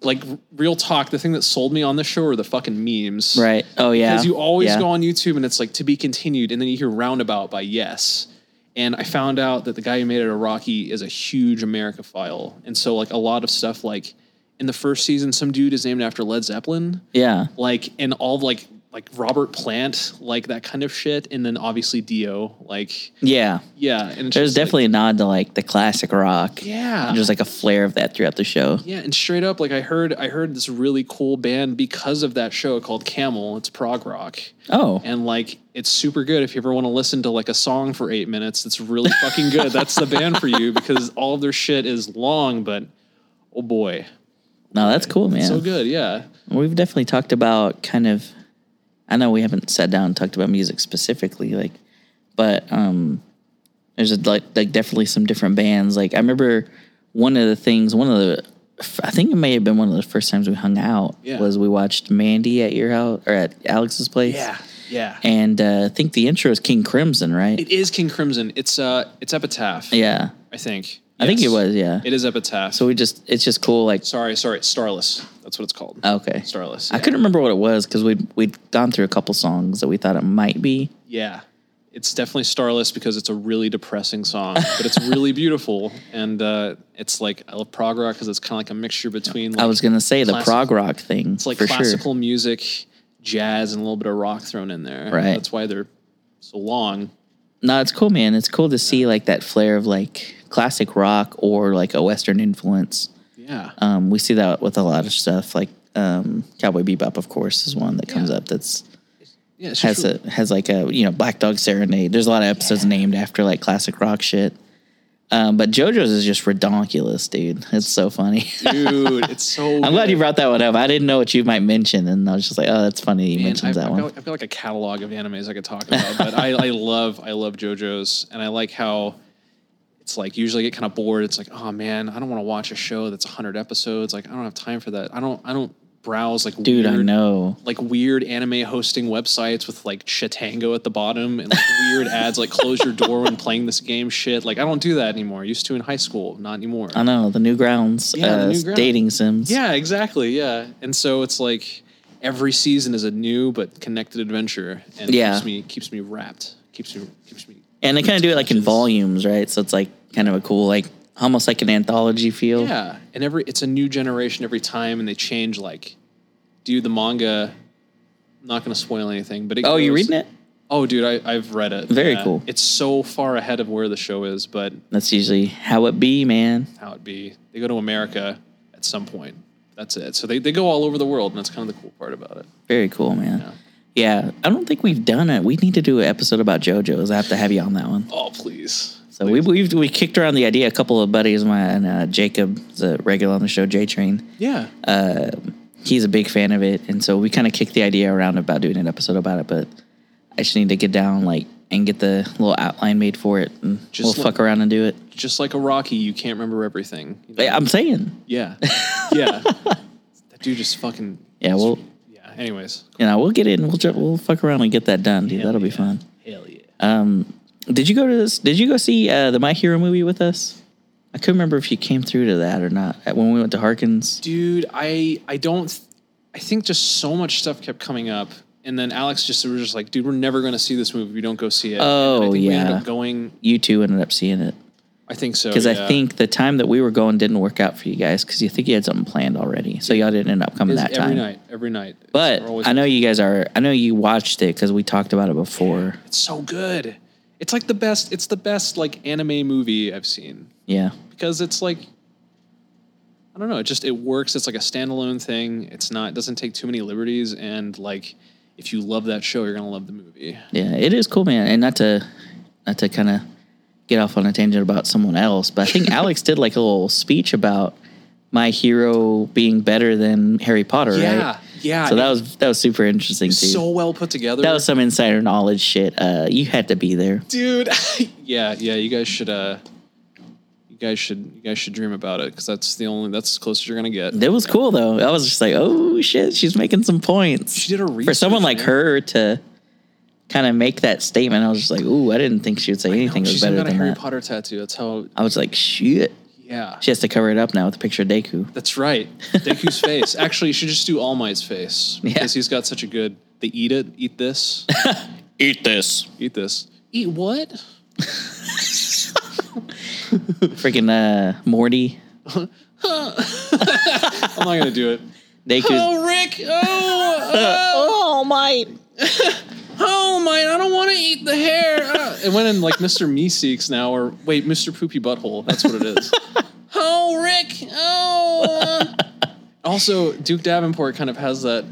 [SPEAKER 2] Like r- real talk, the thing that sold me on this show were the fucking memes,
[SPEAKER 1] right? Oh yeah.
[SPEAKER 2] because you always
[SPEAKER 1] Yeah.
[SPEAKER 2] go on YouTube and it's like to be continued, and then you hear roundabout by yes. And I found out that the guy who made it a Rocky is a huge America file. And so like a lot of stuff like in the first season, some dude is named after Led Zeppelin.
[SPEAKER 1] Yeah.
[SPEAKER 2] Like and all of, like like Robert Plant, like that kind of shit. And then obviously Dio. Like
[SPEAKER 1] Yeah.
[SPEAKER 2] yeah. And
[SPEAKER 1] There's
[SPEAKER 2] it's just, like,
[SPEAKER 1] definitely a nod to like the classic rock.
[SPEAKER 2] yeah.
[SPEAKER 1] There's like a flare of that throughout the show.
[SPEAKER 2] Yeah, and straight up, like I heard, I heard this really cool band because of that show called Camel. It's prog rock,
[SPEAKER 1] Oh.
[SPEAKER 2] and like it's super good if you ever want to listen to like a song for eight minutes that's really fucking good that's the band for you because all of their shit is long but oh boy
[SPEAKER 1] No, that's cool, man.
[SPEAKER 2] so good yeah
[SPEAKER 1] We've definitely talked about kind of I know we haven't sat down and talked about music specifically, like but um there's a, like like definitely some different bands. Like I remember one of the things, one of the I think it may have been one of the first times we hung out
[SPEAKER 2] Yeah.
[SPEAKER 1] was we watched Mandy at your house or at Alex's place.
[SPEAKER 2] yeah
[SPEAKER 1] And uh, I think the intro is King Crimson, right?
[SPEAKER 2] it is king crimson it's uh it's epitaph
[SPEAKER 1] yeah.
[SPEAKER 2] i think
[SPEAKER 1] I think it
[SPEAKER 2] Yes.
[SPEAKER 1] was, yeah.
[SPEAKER 2] it is epitaph
[SPEAKER 1] so we just it's just cool like
[SPEAKER 2] sorry sorry it's starless that's what it's called
[SPEAKER 1] okay.
[SPEAKER 2] starless
[SPEAKER 1] Oh. I
[SPEAKER 2] yeah.
[SPEAKER 1] couldn't remember what it was because we'd we'd gone through a couple songs that we thought it might be.
[SPEAKER 2] yeah it's definitely starless because it's a really depressing song but it's really beautiful and uh it's like i love prog rock because it's kind of like a mixture between like,
[SPEAKER 1] I was gonna say the
[SPEAKER 2] classical-
[SPEAKER 1] prog rock thing.
[SPEAKER 2] It's like
[SPEAKER 1] for
[SPEAKER 2] classical music, jazz, and a little bit of rock thrown in there.
[SPEAKER 1] Right.
[SPEAKER 2] That's why they're so long.
[SPEAKER 1] Sure. No, it's cool, man. It's cool to see like that flair of like classic rock or like a Western influence.
[SPEAKER 2] Yeah.
[SPEAKER 1] Um, we see that with a lot of stuff. Like um, Cowboy Bebop, of course, is one that comes
[SPEAKER 2] Yeah.
[SPEAKER 1] up that's
[SPEAKER 2] yeah. It's
[SPEAKER 1] has
[SPEAKER 2] just
[SPEAKER 1] a has like a you know Black Dog Serenade. There's a lot of episodes named after like classic rock shit. Um, but JoJo's is just redonkulous, dude. It's so funny. <laughs>
[SPEAKER 2] dude, it's so.
[SPEAKER 1] I'm glad you brought that one up. I didn't know what you might mention, and I was just like, oh, that's funny you mentioned
[SPEAKER 2] I've,
[SPEAKER 1] that
[SPEAKER 2] I've
[SPEAKER 1] one.
[SPEAKER 2] Got, I've got like a catalog of animes I could talk about, but I, I love I love JoJo's, and I like how it's like usually I get kind of bored. It's like, oh man, I don't want to watch a show that's 100 episodes. Like I don't have time for that. I don't I don't browse like
[SPEAKER 1] dude, I
[SPEAKER 2] weird-
[SPEAKER 1] know.
[SPEAKER 2] like weird anime hosting websites with like Chitango at the bottom and like
[SPEAKER 1] <laughs>
[SPEAKER 2] weird ads like close your door when playing this game shit. Like I don't do that anymore. Used to in high school, not anymore.
[SPEAKER 1] I know the new grounds,
[SPEAKER 2] Yeah, the
[SPEAKER 1] uh,
[SPEAKER 2] new ground.
[SPEAKER 1] dating sims.
[SPEAKER 2] yeah, exactly. Yeah. And so it's like every season is a new but connected adventure and it
[SPEAKER 1] Yeah.
[SPEAKER 2] keeps me keeps me wrapped. Keeps me keeps me
[SPEAKER 1] and they kind of do it like in volumes, right? So it's like kind of a cool, like almost like an anthology feel.
[SPEAKER 2] Yeah, and every it's a new generation every time, and they change. Like, dude, the manga. I'm not going to spoil anything, but it
[SPEAKER 1] Oh, you
[SPEAKER 2] goes-
[SPEAKER 1] reading it?
[SPEAKER 2] Oh, dude, I, I've read it.
[SPEAKER 1] Very cool.
[SPEAKER 2] It's so far ahead of where the show is, but
[SPEAKER 1] That's usually how it be, man.
[SPEAKER 2] how it be. They go to America at some point. That's it. So they, they go all over the world, and that's kind of the cool part about it.
[SPEAKER 1] Very cool, man. Yeah. I don't think we've done it. We need to do an episode about JoJo's. I have to have you on that one.
[SPEAKER 2] Oh, please.
[SPEAKER 1] So we we've, we kicked around the idea. A couple of buddies, of mine, uh, Jacob, is a regular on the show, J Train.
[SPEAKER 2] Yeah.
[SPEAKER 1] he's a big fan of it, and so we kind of kicked the idea around about doing an episode about it. But I just need to get down like and get the little outline made for it, and
[SPEAKER 2] Just
[SPEAKER 1] we'll
[SPEAKER 2] like-
[SPEAKER 1] fuck around and do it.
[SPEAKER 2] Just like a Rocky, you can't remember everything. You know?
[SPEAKER 1] Hey, I'm saying,
[SPEAKER 2] Yeah.
[SPEAKER 1] <laughs>
[SPEAKER 2] Yeah. that dude just fucking.
[SPEAKER 1] yeah, we'll
[SPEAKER 2] Yeah. Anyways.
[SPEAKER 1] you know we'll get in, we'll ju- we'll fuck around and get that done, dude. That'll be fun.
[SPEAKER 2] Hell yeah.
[SPEAKER 1] Did you go to this? Did you go see uh, the My Hero movie with us? I couldn't remember if you came through to that or not uh, when we went to Harkins.
[SPEAKER 2] Dude, I I don't. th- I think just so much stuff kept coming up, and then Alex just we were just like, dude, we're never gonna see this movie. if We don't go see it. And
[SPEAKER 1] Oh,
[SPEAKER 2] I think We ended
[SPEAKER 1] yeah.
[SPEAKER 2] up going.
[SPEAKER 1] You two ended up seeing it
[SPEAKER 2] I think so.
[SPEAKER 1] because
[SPEAKER 2] Oh, yeah.
[SPEAKER 1] I think the time that we were going didn't work out for you guys because you think you had something planned already, so y'all didn't end up coming
[SPEAKER 2] It's
[SPEAKER 1] that
[SPEAKER 2] every
[SPEAKER 1] time.
[SPEAKER 2] night, every night. It's-
[SPEAKER 1] But
[SPEAKER 2] we're always-
[SPEAKER 1] I know you guys are. I know you watched it because we talked about it before.
[SPEAKER 2] it's so good. It's like the best. It's the best like anime movie I've seen
[SPEAKER 1] Yeah,
[SPEAKER 2] because it's like. I don't know. It just it works. It's like a standalone thing. It's not. It doesn't take too many liberties. And like, if you love that show, you're gonna love the movie.
[SPEAKER 1] yeah, it is cool, man. And not to, not to kind of get off on a tangent about someone else, but I
[SPEAKER 2] <laughs>
[SPEAKER 1] think Alex did like a little speech about my hero being better than Harry Potter,
[SPEAKER 2] Yeah,
[SPEAKER 1] right?
[SPEAKER 2] yeah.
[SPEAKER 1] So that was that was super interesting too.
[SPEAKER 2] so well put together.
[SPEAKER 1] that was some insider knowledge shit. Uh, you had to be there.
[SPEAKER 2] dude. <laughs> yeah, yeah. You guys should. uh You guys should. You guys should dream about it because that's the only. That's as close as you're gonna get.
[SPEAKER 1] That was cool though. I was just like, oh shit, she's making some points.
[SPEAKER 2] She did her
[SPEAKER 1] for someone like
[SPEAKER 2] research, man.
[SPEAKER 1] her to kind of make that statement. I was just like, ooh, I didn't think she would say
[SPEAKER 2] No,
[SPEAKER 1] anything that was
[SPEAKER 2] Oh, she's even
[SPEAKER 1] better
[SPEAKER 2] got a
[SPEAKER 1] than
[SPEAKER 2] Harry
[SPEAKER 1] that.
[SPEAKER 2] Potter tattoo. That's how.
[SPEAKER 1] I was like, shit.
[SPEAKER 2] Yeah.
[SPEAKER 1] She has to cover it up now with a picture of Deku.
[SPEAKER 2] That's right.
[SPEAKER 1] <laughs>
[SPEAKER 2] Deku's face. Actually, you should just do All Might's face
[SPEAKER 1] Yeah.
[SPEAKER 2] because he's got such a good. They eat it.
[SPEAKER 1] <laughs>
[SPEAKER 2] Eat this.
[SPEAKER 1] Eat this.
[SPEAKER 2] eat this. Eat what?
[SPEAKER 1] Freaking uh, Morty.
[SPEAKER 2] I'm not gonna do it.
[SPEAKER 1] Deku's.
[SPEAKER 2] Oh, Rick. Oh. oh.
[SPEAKER 1] <laughs> Oh my!
[SPEAKER 2] <laughs> Oh my! I don't want to eat
[SPEAKER 1] <laughs>
[SPEAKER 2] the hair. Uh, it went in like Mr. Meeseeks now, or wait, Mr. Poopy Butthole. That's what
[SPEAKER 1] <laughs>
[SPEAKER 2] it is. oh Rick! Oh. also, Duke Davenport kind of has that.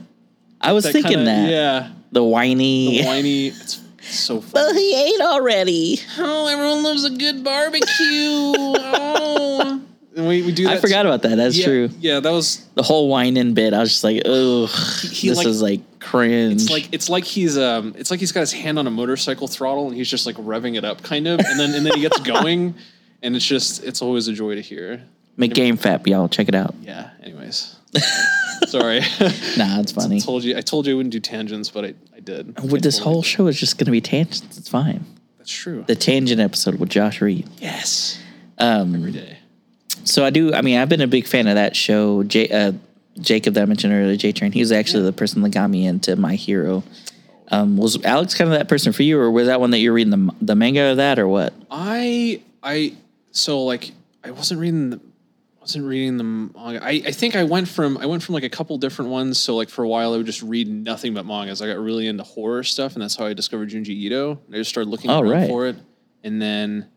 [SPEAKER 1] I was
[SPEAKER 2] that
[SPEAKER 1] thinking
[SPEAKER 2] kinda-
[SPEAKER 1] that
[SPEAKER 2] Yeah.
[SPEAKER 1] the whiny. <laughs>
[SPEAKER 2] Whiny. It's so funny.
[SPEAKER 1] he ate already.
[SPEAKER 2] oh, everyone loves a
[SPEAKER 1] <laughs>
[SPEAKER 2] good barbecue. oh. And we, we do. That
[SPEAKER 1] I forgot about that. That's
[SPEAKER 2] yeah,
[SPEAKER 1] true.
[SPEAKER 2] Yeah, that was.
[SPEAKER 1] The whole whining bit. I was just like, ugh,
[SPEAKER 2] he
[SPEAKER 1] this
[SPEAKER 2] like-
[SPEAKER 1] is like cringe.
[SPEAKER 2] It's like it's like he's um it's like he's got his hand on a motorcycle throttle and he's just like revving it up kind of and then and then he gets going <laughs> and it's just it's always a joy to hear.
[SPEAKER 1] McGamefap, y'all check it out.
[SPEAKER 2] Yeah. Anyways. <laughs> Sorry. <laughs>
[SPEAKER 1] Nah, it's funny.
[SPEAKER 2] told you I told you I wouldn't do tangents, but I, I did.
[SPEAKER 1] With this
[SPEAKER 2] I totally
[SPEAKER 1] whole
[SPEAKER 2] did.
[SPEAKER 1] show is just going to be tangents. It's fine.
[SPEAKER 2] That's true.
[SPEAKER 1] The tangent episode with Josh Reed.
[SPEAKER 2] yes.
[SPEAKER 1] Um,
[SPEAKER 2] Every day.
[SPEAKER 1] So I do. I mean, I've been a big fan of that show. J, uh, Jacob that I mentioned earlier, J Train. He was actually the person that got me into My Hero. Um, was Alex kind of that person for you, or was that one that you're reading the the manga of that, or what?
[SPEAKER 2] I I so like I wasn't reading the wasn't reading the manga. I, I think I went from I went from like a couple different ones. So like for a while I would just read nothing but mangas. I got really into horror stuff, and that's how I discovered Junji Ito. And I just started looking
[SPEAKER 1] Oh,
[SPEAKER 2] around
[SPEAKER 1] right.
[SPEAKER 2] for it, and then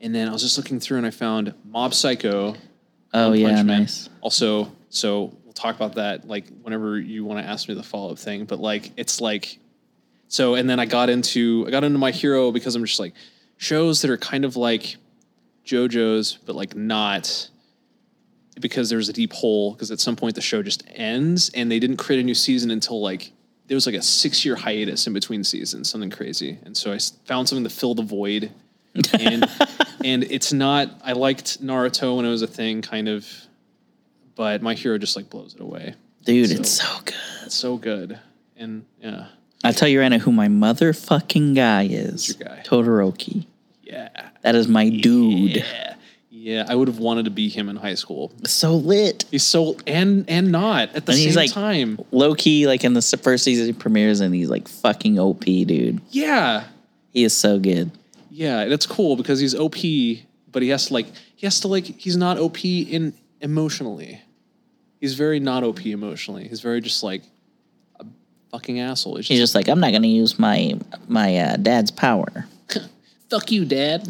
[SPEAKER 2] and then I was just looking through, and I found Mob Psycho.
[SPEAKER 1] Oh
[SPEAKER 2] One
[SPEAKER 1] yeah,
[SPEAKER 2] Punch Man.
[SPEAKER 1] nice.
[SPEAKER 2] Also, so we'll talk about that like whenever you want to ask me the follow up thing. But like, it's like, so and then I got into I got into my hero because I'm just like shows that are kind of like JoJo's, but like not because there's a deep hole because at some point the show just ends and they didn't create a new season until like there was like a six year hiatus in between seasons something crazy and so i s- found something to fill the void
[SPEAKER 1] <laughs>
[SPEAKER 2] and and it's not i liked naruto when it was a thing kind of but my hero just like blows it away
[SPEAKER 1] Dude,
[SPEAKER 2] So-
[SPEAKER 1] it's so good.
[SPEAKER 2] it's so good and yeah
[SPEAKER 1] I tell you right now who my motherfucking guy is.
[SPEAKER 2] your guy?
[SPEAKER 1] Todoroki.
[SPEAKER 2] yeah
[SPEAKER 1] That is my dude.
[SPEAKER 2] yeah yeah i would have wanted to be him in high school
[SPEAKER 1] So lit.
[SPEAKER 2] he's so and and not at the
[SPEAKER 1] And
[SPEAKER 2] same
[SPEAKER 1] he's like-
[SPEAKER 2] time
[SPEAKER 1] Low key, like in the s- first season he premieres, and he's like fucking OP, dude.
[SPEAKER 2] yeah
[SPEAKER 1] He is so good.
[SPEAKER 2] Yeah, and it's cool because he's OP, but he has to like he has to like he's not OP in emotionally. He's very not OP emotionally. He's very just like a fucking asshole. He's
[SPEAKER 1] He's
[SPEAKER 2] just,
[SPEAKER 1] just like, I'm not gonna use my my uh, dad's power.
[SPEAKER 2] <laughs> fuck
[SPEAKER 1] <laughs>
[SPEAKER 2] you, dad.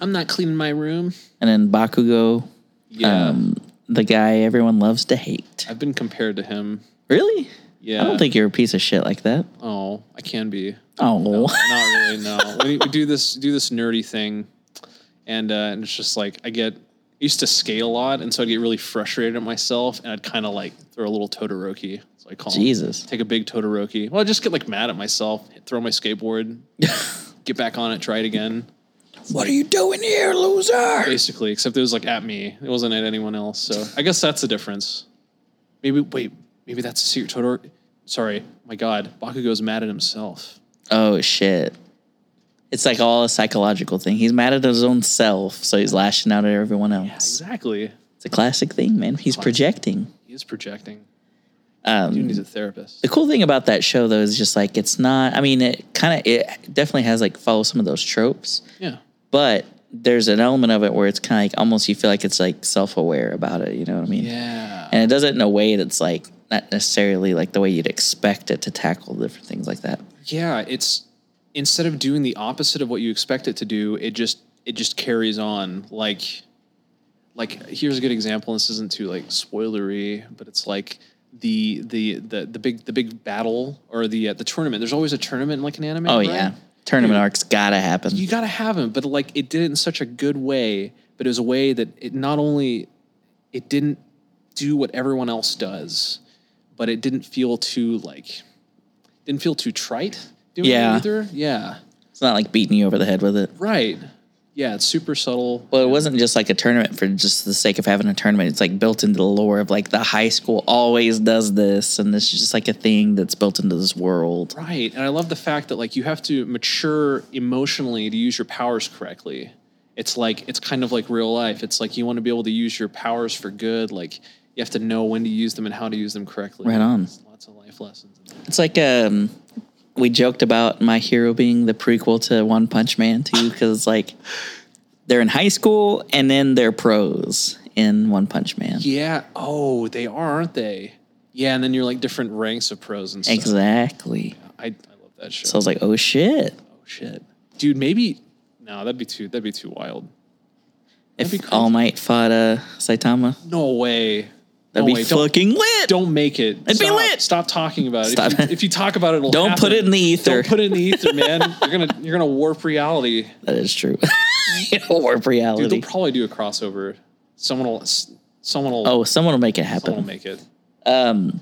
[SPEAKER 2] I'm not cleaning my room.
[SPEAKER 1] And then Bakugo,
[SPEAKER 2] Yeah.
[SPEAKER 1] um, the guy everyone loves to hate.
[SPEAKER 2] I've been compared to him.
[SPEAKER 1] Really?
[SPEAKER 2] Yeah.
[SPEAKER 1] I don't think you're a piece of shit like that.
[SPEAKER 2] Oh, I can be.
[SPEAKER 1] Oh,
[SPEAKER 2] not really. No, <laughs> we, we do this do this nerdy thing, and uh, and it's just like I get I used to skate a lot, and so I'd get really frustrated at myself, and I'd kind of like throw a little Todoroki. So I call
[SPEAKER 1] <laughs>
[SPEAKER 2] him.
[SPEAKER 1] Jesus. <laughs>
[SPEAKER 2] Take a big Todoroki. Well, I just get like mad at myself, throw my skateboard, get back on it, try it again.
[SPEAKER 1] What are you doing here, loser?
[SPEAKER 2] Basically, except it was like at me. It wasn't at anyone else. So I guess that's the difference. Maybe wait, maybe that's a secret Todor. Sorry, my God, Bakugo's mad at himself.
[SPEAKER 1] Oh shit. It's like all a psychological thing. He's mad at his own self, so he's lashing out at everyone else.
[SPEAKER 2] Exactly.
[SPEAKER 1] It's a classic thing, man. He's
[SPEAKER 2] Classic.
[SPEAKER 1] projecting.
[SPEAKER 2] He is projecting. Dude
[SPEAKER 1] Um,
[SPEAKER 2] needs a therapist.
[SPEAKER 1] the cool thing about that show though is just like it's not I mean it kind of it definitely has like follow some of those tropes,
[SPEAKER 2] Yeah.
[SPEAKER 1] but there's an element of it where it's kind of like almost you feel like it's like self-aware about it, you know what I mean?
[SPEAKER 2] Yeah.
[SPEAKER 1] And it does it in a way that's like not necessarily like the way you'd expect it to tackle different things like that.
[SPEAKER 2] yeah it's instead of doing the opposite of what you expect it to do it just it just carries on like like here's a good example this isn't too like spoilery but it's like the the the, the big the big battle or the uh, the tournament there's always a tournament in, like an anime
[SPEAKER 1] Oh
[SPEAKER 2] right?
[SPEAKER 1] yeah. Tournament arcs gotta happen.
[SPEAKER 2] you gotta have him but like it did it in such a good way but it was a way that it not only it didn't do what everyone else does but it didn't feel too like didn't feel too trite doing
[SPEAKER 1] Yeah.
[SPEAKER 2] it either yeah
[SPEAKER 1] It's not like beating you over the head with it.
[SPEAKER 2] right yeah it's super subtle
[SPEAKER 1] Well, it wasn't just like a tournament for just the sake of having a tournament. It's like built into the lore of like the high school always does this, and this is just like a thing that's built into this world.
[SPEAKER 2] right and i love the fact that like you have to mature emotionally to use your powers correctly it's like it's kind of like real life it's like you want to be able to use your powers for good like you have to know when to use them and how to use them correctly
[SPEAKER 1] Right on.
[SPEAKER 2] lots of life lessons in that.
[SPEAKER 1] It's like um, we joked about my hero being the prequel to One Punch Man too, because like they're in high school and then they're pros in One Punch Man.
[SPEAKER 2] Yeah. Oh, they are, aren't they? Yeah, and then you're like different ranks of pros and stuff.
[SPEAKER 1] Exactly.
[SPEAKER 2] I, I love that show.
[SPEAKER 1] So I was like, oh shit.
[SPEAKER 2] oh shit, dude. Maybe no, that'd be too. That'd be too wild.
[SPEAKER 1] If
[SPEAKER 2] That'd be
[SPEAKER 1] All Might fought uh, Saitama,
[SPEAKER 2] No way.
[SPEAKER 1] that'd
[SPEAKER 2] no
[SPEAKER 1] be
[SPEAKER 2] way. Don't,
[SPEAKER 1] fucking lit.
[SPEAKER 2] don't make it.
[SPEAKER 1] be
[SPEAKER 2] Stop.
[SPEAKER 1] lit.
[SPEAKER 2] Stop talking about it.
[SPEAKER 1] Stop.
[SPEAKER 2] If, you, if you talk about it, it'll
[SPEAKER 1] Don't put
[SPEAKER 2] happen.
[SPEAKER 1] it in the ether.
[SPEAKER 2] Don't put it in the
[SPEAKER 1] <laughs>
[SPEAKER 2] ether, man. you're gonna you're gonna warp reality.
[SPEAKER 1] That is true. <laughs> It'll warp reality.
[SPEAKER 2] Dude, they'll probably do a crossover. Someone will. s- Someone will.
[SPEAKER 1] Oh, someone will make it
[SPEAKER 2] someone will
[SPEAKER 1] happen.
[SPEAKER 2] make it.
[SPEAKER 1] Um,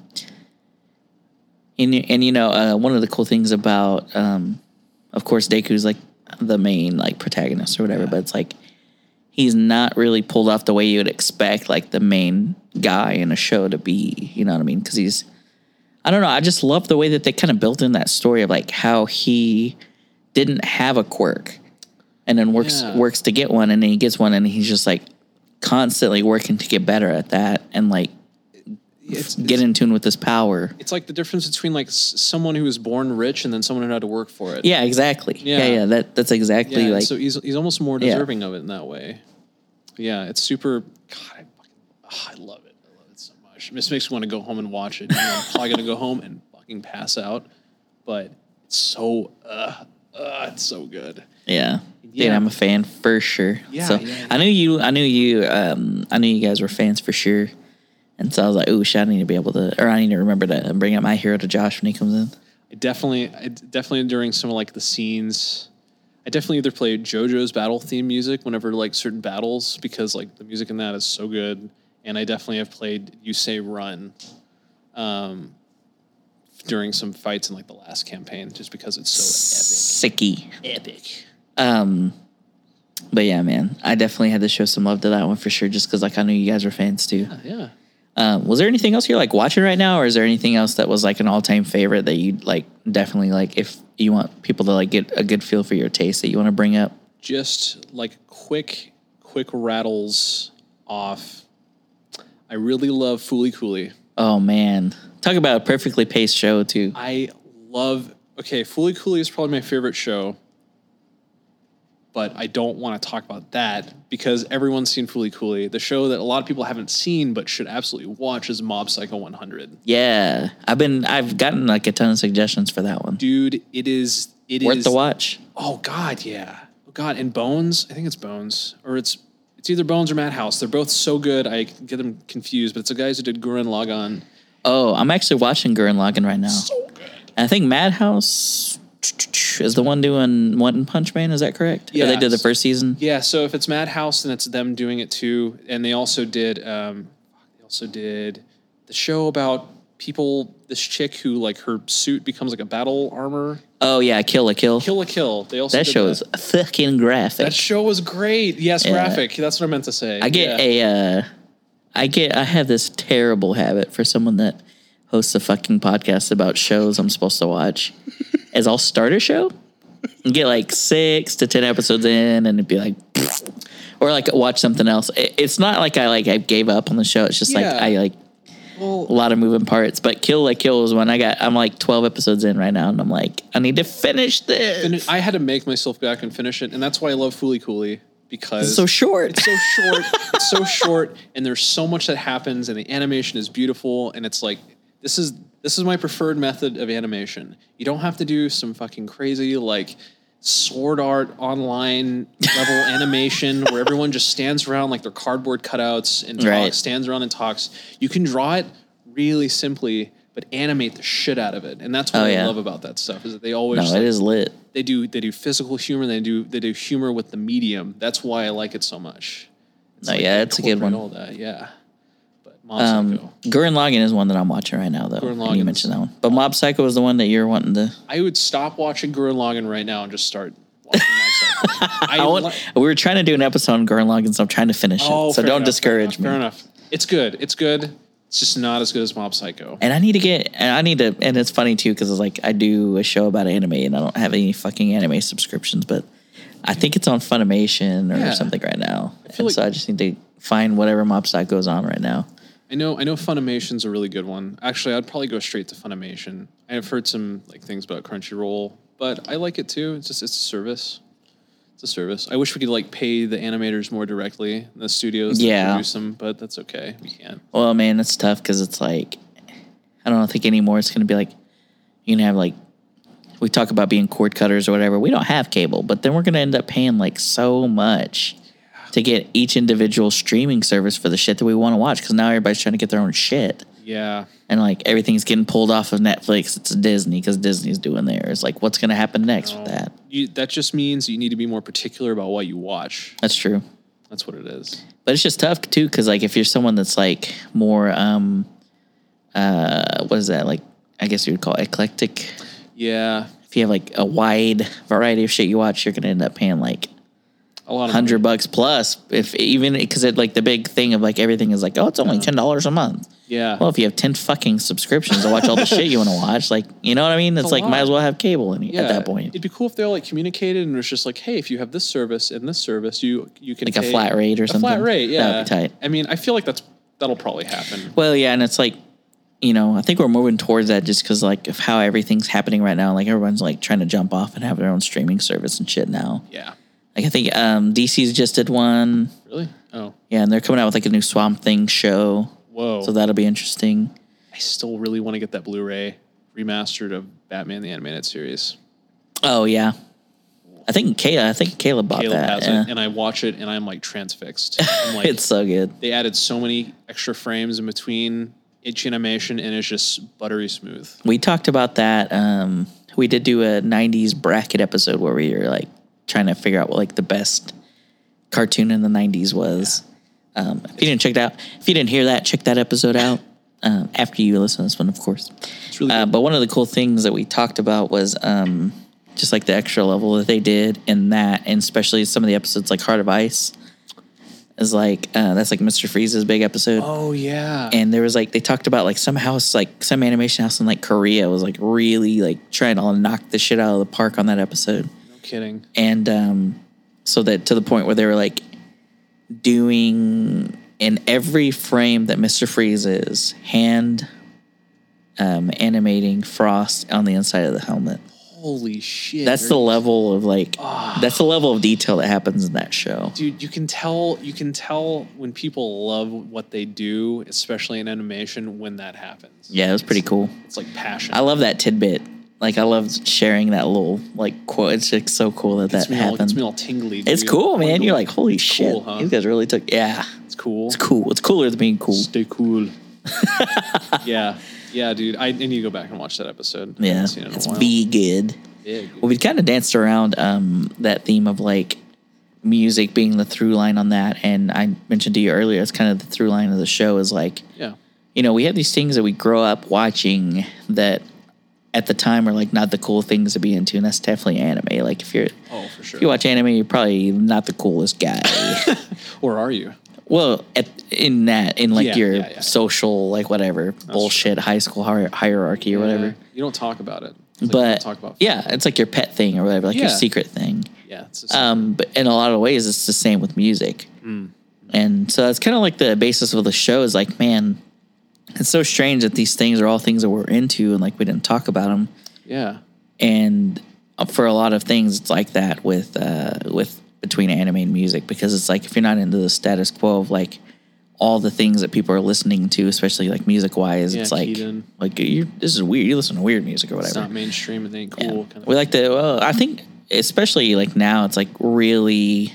[SPEAKER 1] and you- and you know, uh, one of the cool things about, um, of course, Deku's like the main like protagonist or whatever, but it's like he's not really pulled off the way you would expect like the main guy in a show to be. You know what I mean? Because he's, I don't know. I just love the way that they kind of built in that story of like how he didn't have a quirk, and then works
[SPEAKER 2] Yeah.
[SPEAKER 1] works to get one, and then he gets one, and he's just like constantly working to get better at that, and like
[SPEAKER 2] It's,
[SPEAKER 1] get in tune with this power.
[SPEAKER 2] it's like the difference between like s- someone who was born rich and then someone who had to work for it.
[SPEAKER 1] Yeah, exactly. Yeah, yeah.
[SPEAKER 2] Yeah.
[SPEAKER 1] that that's exactly
[SPEAKER 2] Yeah, and
[SPEAKER 1] like
[SPEAKER 2] so he's he's almost more
[SPEAKER 1] Yeah.
[SPEAKER 2] deserving of it in that way. Yeah, it's super. God, I fucking, ah, I love it. I love it so much. This makes me want to go home and watch it. You know, I'm probably gonna go home and fucking pass out, but it's so uh, uh it's so good.
[SPEAKER 1] yeah. Dude,
[SPEAKER 2] Yeah.
[SPEAKER 1] I'm a fan for sure.
[SPEAKER 2] Yeah,
[SPEAKER 1] so
[SPEAKER 2] yeah,
[SPEAKER 1] I knew you I knew you um I knew you guys were fans for sure. And so I was like, ooh, shit, I need to be able to or I need to remember to bring up my hero to Josh when he comes in.
[SPEAKER 2] I definitely, I d- definitely during some of like the scenes, I definitely either play JoJo's battle theme music whenever like certain battles because like the music in that is so good, and I definitely have played "You Say Run," um, during some fights in like the last campaign just because it's so
[SPEAKER 1] Sicky.
[SPEAKER 2] epic. Epic.
[SPEAKER 1] Um but yeah, man, I definitely had to show some love to that one for sure, just because like I knew you guys were fans too.
[SPEAKER 2] Yeah.
[SPEAKER 1] Um, was there anything else you're like watching right now, or is there anything else that was like an all time favorite that you like definitely like if you want people to like get a good feel for your taste that you want to bring up?
[SPEAKER 2] just like quick, quick rattles off. I really love Foolie Cooley.
[SPEAKER 1] Oh man, talk about a perfectly paced show too.
[SPEAKER 2] I love. Okay, Foolie Cooley is probably my favorite show, but I don't want to talk about that because everyone's seen Foolie Cooley. The show that a lot of people haven't seen but should absolutely watch is Mob Psycho 100.
[SPEAKER 1] Yeah, I've been I've gotten like a ton of suggestions for that one.
[SPEAKER 2] Dude, it is. it is.
[SPEAKER 1] Worth the watch.
[SPEAKER 2] Oh God, yeah. Oh God, and Bones. I think it's Bones, or it's it's either Bones or Madhouse. They're both so good. I get them confused, but it's the guys who did Gurren Lagann.
[SPEAKER 1] Oh, I'm actually watching Gurren Lagann right now. And I think Madhouse is the one doing One Punch Man. Is that correct? Yeah, they did the
[SPEAKER 2] Yes.
[SPEAKER 1] first season.
[SPEAKER 2] Yeah. So if it's Madhouse, then it's them doing it too. And they also did. Um, they also did the show about people this chick who like her suit becomes like a battle armor.
[SPEAKER 1] Oh yeah, Kill a Kill.
[SPEAKER 2] Kill a kill. They also
[SPEAKER 1] that
[SPEAKER 2] did
[SPEAKER 1] show is fucking graphic.
[SPEAKER 2] That show was great. Yes,
[SPEAKER 1] Yeah.
[SPEAKER 2] graphic. That's what I meant to say.
[SPEAKER 1] I get
[SPEAKER 2] Yeah.
[SPEAKER 1] a, uh, I get, I have this terrible habit for someone that hosts a fucking podcast about shows I'm supposed to watch, <laughs> is I'll start a show and get like six to ten episodes in, and it'd be like, <sniffs> or like watch something else. It, it's not like I like I gave up on the show. It's just like
[SPEAKER 2] Yeah.
[SPEAKER 1] I like a
[SPEAKER 2] Well,
[SPEAKER 1] lot of moving parts. But Kill like Kill was one I got. I'm like twelve episodes in right now, and I'm like, I need to finish this.
[SPEAKER 2] and I had to make myself go back and finish it, and that's why I love Foolie Cooley because
[SPEAKER 1] it's so short.
[SPEAKER 2] it's so short. it's so short, and there's so much that happens, and the animation is beautiful, and it's like this is this is my preferred method of animation. You don't have to do some fucking crazy like sword art online
[SPEAKER 1] <laughs>
[SPEAKER 2] level animation where everyone just stands around like they're cardboard cutouts and talks,
[SPEAKER 1] Right.
[SPEAKER 2] stands around and talks. You can draw it really simply, but animate the shit out of it, and that's what
[SPEAKER 1] Oh,
[SPEAKER 2] I
[SPEAKER 1] yeah.
[SPEAKER 2] love about that stuff. Is that they
[SPEAKER 1] <laughs>
[SPEAKER 2] always
[SPEAKER 1] No,
[SPEAKER 2] just,
[SPEAKER 1] it
[SPEAKER 2] like,
[SPEAKER 1] is lit.
[SPEAKER 2] they do they do physical humor they do they do humor with the medium that's why i like it so much
[SPEAKER 1] No, yeah,
[SPEAKER 2] they
[SPEAKER 1] it's a good
[SPEAKER 2] incorporate
[SPEAKER 1] one.
[SPEAKER 2] all that yeah but Mob
[SPEAKER 1] Um,
[SPEAKER 2] Psycho.
[SPEAKER 1] Gurren Lagann is one that I'm watching right now, though.
[SPEAKER 2] Gurren
[SPEAKER 1] And you
[SPEAKER 2] Lagann's-
[SPEAKER 1] mentioned that one, but Mob Psycho is the one that you're wanting to.
[SPEAKER 2] i would stop watching Gurren Lagann right now and just start
[SPEAKER 1] <laughs>
[SPEAKER 2] watching Mob Psycho.
[SPEAKER 1] I want, <laughs>
[SPEAKER 2] li-
[SPEAKER 1] we were trying to do an episode on Gurren Lagann, so I'm trying to finish
[SPEAKER 2] Oh,
[SPEAKER 1] it. So
[SPEAKER 2] fair
[SPEAKER 1] don't
[SPEAKER 2] enough,
[SPEAKER 1] discourage
[SPEAKER 2] fair
[SPEAKER 1] me.
[SPEAKER 2] enough, fair enough it's good it's good it's just not as good as mob psycho
[SPEAKER 1] And I need to get, and I need to, and it's funny too because it's like I do a show about anime, and I don't have any fucking anime subscriptions, but I think it's on Funimation or
[SPEAKER 2] Yeah.
[SPEAKER 1] something right now, and
[SPEAKER 2] feel like-
[SPEAKER 1] so I just need to find whatever Mob Psycho is on right now.
[SPEAKER 2] i know i know funimation's a really good one actually i'd probably go straight to funimation i've heard some like things about crunchyroll but i like it too it's just it's a service it's a service. I wish we could like pay the animators more directly, the studios
[SPEAKER 1] Yeah.
[SPEAKER 2] that produce them, but that's okay. We can't.
[SPEAKER 1] Well, man, that's tough because it's like I don't think anymore. It's gonna be like you can have like we talk about being cord cutters or whatever. We don't have cable, but then we're gonna end up paying like so much to get each individual streaming service for the shit that we want to watch. Because now everybody's trying to get their own shit,
[SPEAKER 2] Yeah,
[SPEAKER 1] and like everything's getting pulled off of Netflix. It's Disney because Disney's doing theirs. Like, what's gonna happen next with that?
[SPEAKER 2] you, that just means you need to be more particular about what you watch.
[SPEAKER 1] That's true.
[SPEAKER 2] That's what it is.
[SPEAKER 1] but it's just tough too because like if you're someone that's like more um uh what is that like i guess you would call it eclectic
[SPEAKER 2] Yeah,
[SPEAKER 1] if you have like a wide variety of shit you watch you're gonna end up paying like
[SPEAKER 2] a lot of
[SPEAKER 1] 100 bucks plus if even because it like the big thing of like everything is like oh it's only $10 a month
[SPEAKER 2] Yeah,
[SPEAKER 1] well if you have 10 fucking subscriptions to watch all the shit you want to watch like you know what i mean it's,
[SPEAKER 2] a
[SPEAKER 1] like might
[SPEAKER 2] lot.
[SPEAKER 1] as well have cable in,
[SPEAKER 2] yeah.
[SPEAKER 1] at that point
[SPEAKER 2] it'd be cool if they all like communicated and it was just like, hey, if you have this service and this service, you you can
[SPEAKER 1] like a
[SPEAKER 2] pay
[SPEAKER 1] flat rate or
[SPEAKER 2] a
[SPEAKER 1] something
[SPEAKER 2] flat rate. Yeah,
[SPEAKER 1] that would be tight
[SPEAKER 2] I mean, I feel like that's that'll probably happen.
[SPEAKER 1] Well, yeah, and it's like, you know, I think we're moving towards that just because like of how everything's happening right now. Like everyone's like trying to jump off and have their own streaming service and shit now.
[SPEAKER 2] Yeah,
[SPEAKER 1] Like I think um, DC's just did one,
[SPEAKER 2] really? Oh,
[SPEAKER 1] yeah, and they're coming out with like a new Swamp Thing show,
[SPEAKER 2] whoa.
[SPEAKER 1] so that'll be interesting.
[SPEAKER 2] I still really want to get that Blu-ray remastered of Batman the Animated Series.
[SPEAKER 1] Oh yeah, I think Kayla, I think Kayla bought
[SPEAKER 2] Caleb
[SPEAKER 1] that.
[SPEAKER 2] has
[SPEAKER 1] yeah.
[SPEAKER 2] it, and I watch it, and I'm
[SPEAKER 1] <laughs>
[SPEAKER 2] like transfixed. I'm like,
[SPEAKER 1] it's so good.
[SPEAKER 2] they added so many extra frames in between each animation, and it's just buttery smooth.
[SPEAKER 1] We talked about that. Um, we did do a '90s bracket episode where we were like trying to figure out what like the best cartoon in the '90s was. Um, if you didn't check that, if you didn't hear that, check that episode out um, after you listen to this one, of course.
[SPEAKER 2] It's really
[SPEAKER 1] Uh,
[SPEAKER 2] good.
[SPEAKER 1] but one of the cool things that we talked about was um, just like the extra level that they did in that, and especially some of the episodes like Heart of Ice is like uh, that's like Mr. Freeze's big episode
[SPEAKER 2] oh yeah,
[SPEAKER 1] and there was like they talked about like some house like some animation house in like korea was like really like trying to knock the shit out of the park on that episode
[SPEAKER 2] no kidding.
[SPEAKER 1] and um so that to the point where they were like doing in every frame that mr freeze is hand um animating frost on the inside of the helmet
[SPEAKER 2] Holy shit!
[SPEAKER 1] that's the
[SPEAKER 2] they're-
[SPEAKER 1] level of like that's the level of detail that happens in that show
[SPEAKER 2] dude. You can tell. You can tell when people love what they do, especially in animation, when that happens.
[SPEAKER 1] yeah it was pretty cool
[SPEAKER 2] It's like passion.
[SPEAKER 1] I love that tidbit. Like I love sharing that little like quote. It's just so cool that that
[SPEAKER 2] It's me all,
[SPEAKER 1] happened.
[SPEAKER 2] gets me all tingly.
[SPEAKER 1] it's
[SPEAKER 2] dude.
[SPEAKER 1] cool, man. You're like, holy shit,
[SPEAKER 2] cool, huh?
[SPEAKER 1] these guys really took. Yeah,
[SPEAKER 2] it's cool.
[SPEAKER 1] it's cool. It's cooler than being cool.
[SPEAKER 2] Stay
[SPEAKER 1] <laughs>
[SPEAKER 2] cool. yeah, yeah, dude. I, I need to go back and watch that episode. I
[SPEAKER 1] Yeah,
[SPEAKER 2] haven't seen it in a
[SPEAKER 1] it's Oh.
[SPEAKER 2] while.
[SPEAKER 1] be good.
[SPEAKER 2] Big.
[SPEAKER 1] Well, we kind of danced around um, that theme of like music being the through line on that, and I mentioned to you earlier, it's kind of the through line of the show is like
[SPEAKER 2] Yeah.
[SPEAKER 1] you know, we have these things that we grow up watching that at the time are like not the cool things to be into, and that's definitely anime. Like if you're
[SPEAKER 2] Oh, for sure.
[SPEAKER 1] if you watch anime, you're probably not the coolest
[SPEAKER 2] <laughs>
[SPEAKER 1] guy.
[SPEAKER 2] or are you?
[SPEAKER 1] well, at, in that in like
[SPEAKER 2] Yeah,
[SPEAKER 1] your
[SPEAKER 2] yeah, yeah.
[SPEAKER 1] social like whatever bullshit high school hi- hierarchy or whatever.
[SPEAKER 2] You don't talk about it. It's like you
[SPEAKER 1] but
[SPEAKER 2] don't talk about
[SPEAKER 1] yeah, it's like your pet thing or whatever, like your
[SPEAKER 2] Yeah.
[SPEAKER 1] secret thing.
[SPEAKER 2] yeah. It's just,
[SPEAKER 1] Um, but in a lot of ways, it's the same with music.
[SPEAKER 2] Mm.
[SPEAKER 1] And so that's kind of like the basis of the show is like, man, it's so strange that these things are all things that we're into and like we didn't talk about them.
[SPEAKER 2] yeah.
[SPEAKER 1] And for a lot of things, it's like that with uh, with between anime and music because it's like if you're not into the status quo of like all the things that people are listening to, especially like music wise,
[SPEAKER 2] Yeah,
[SPEAKER 1] it's like
[SPEAKER 2] Keaton.
[SPEAKER 1] like you this is weird. You listen to weird music or whatever.
[SPEAKER 2] It's not mainstream and they ain't
[SPEAKER 1] Yeah.
[SPEAKER 2] cool. Kind of
[SPEAKER 1] we like to. Well, I think especially like now, it's like really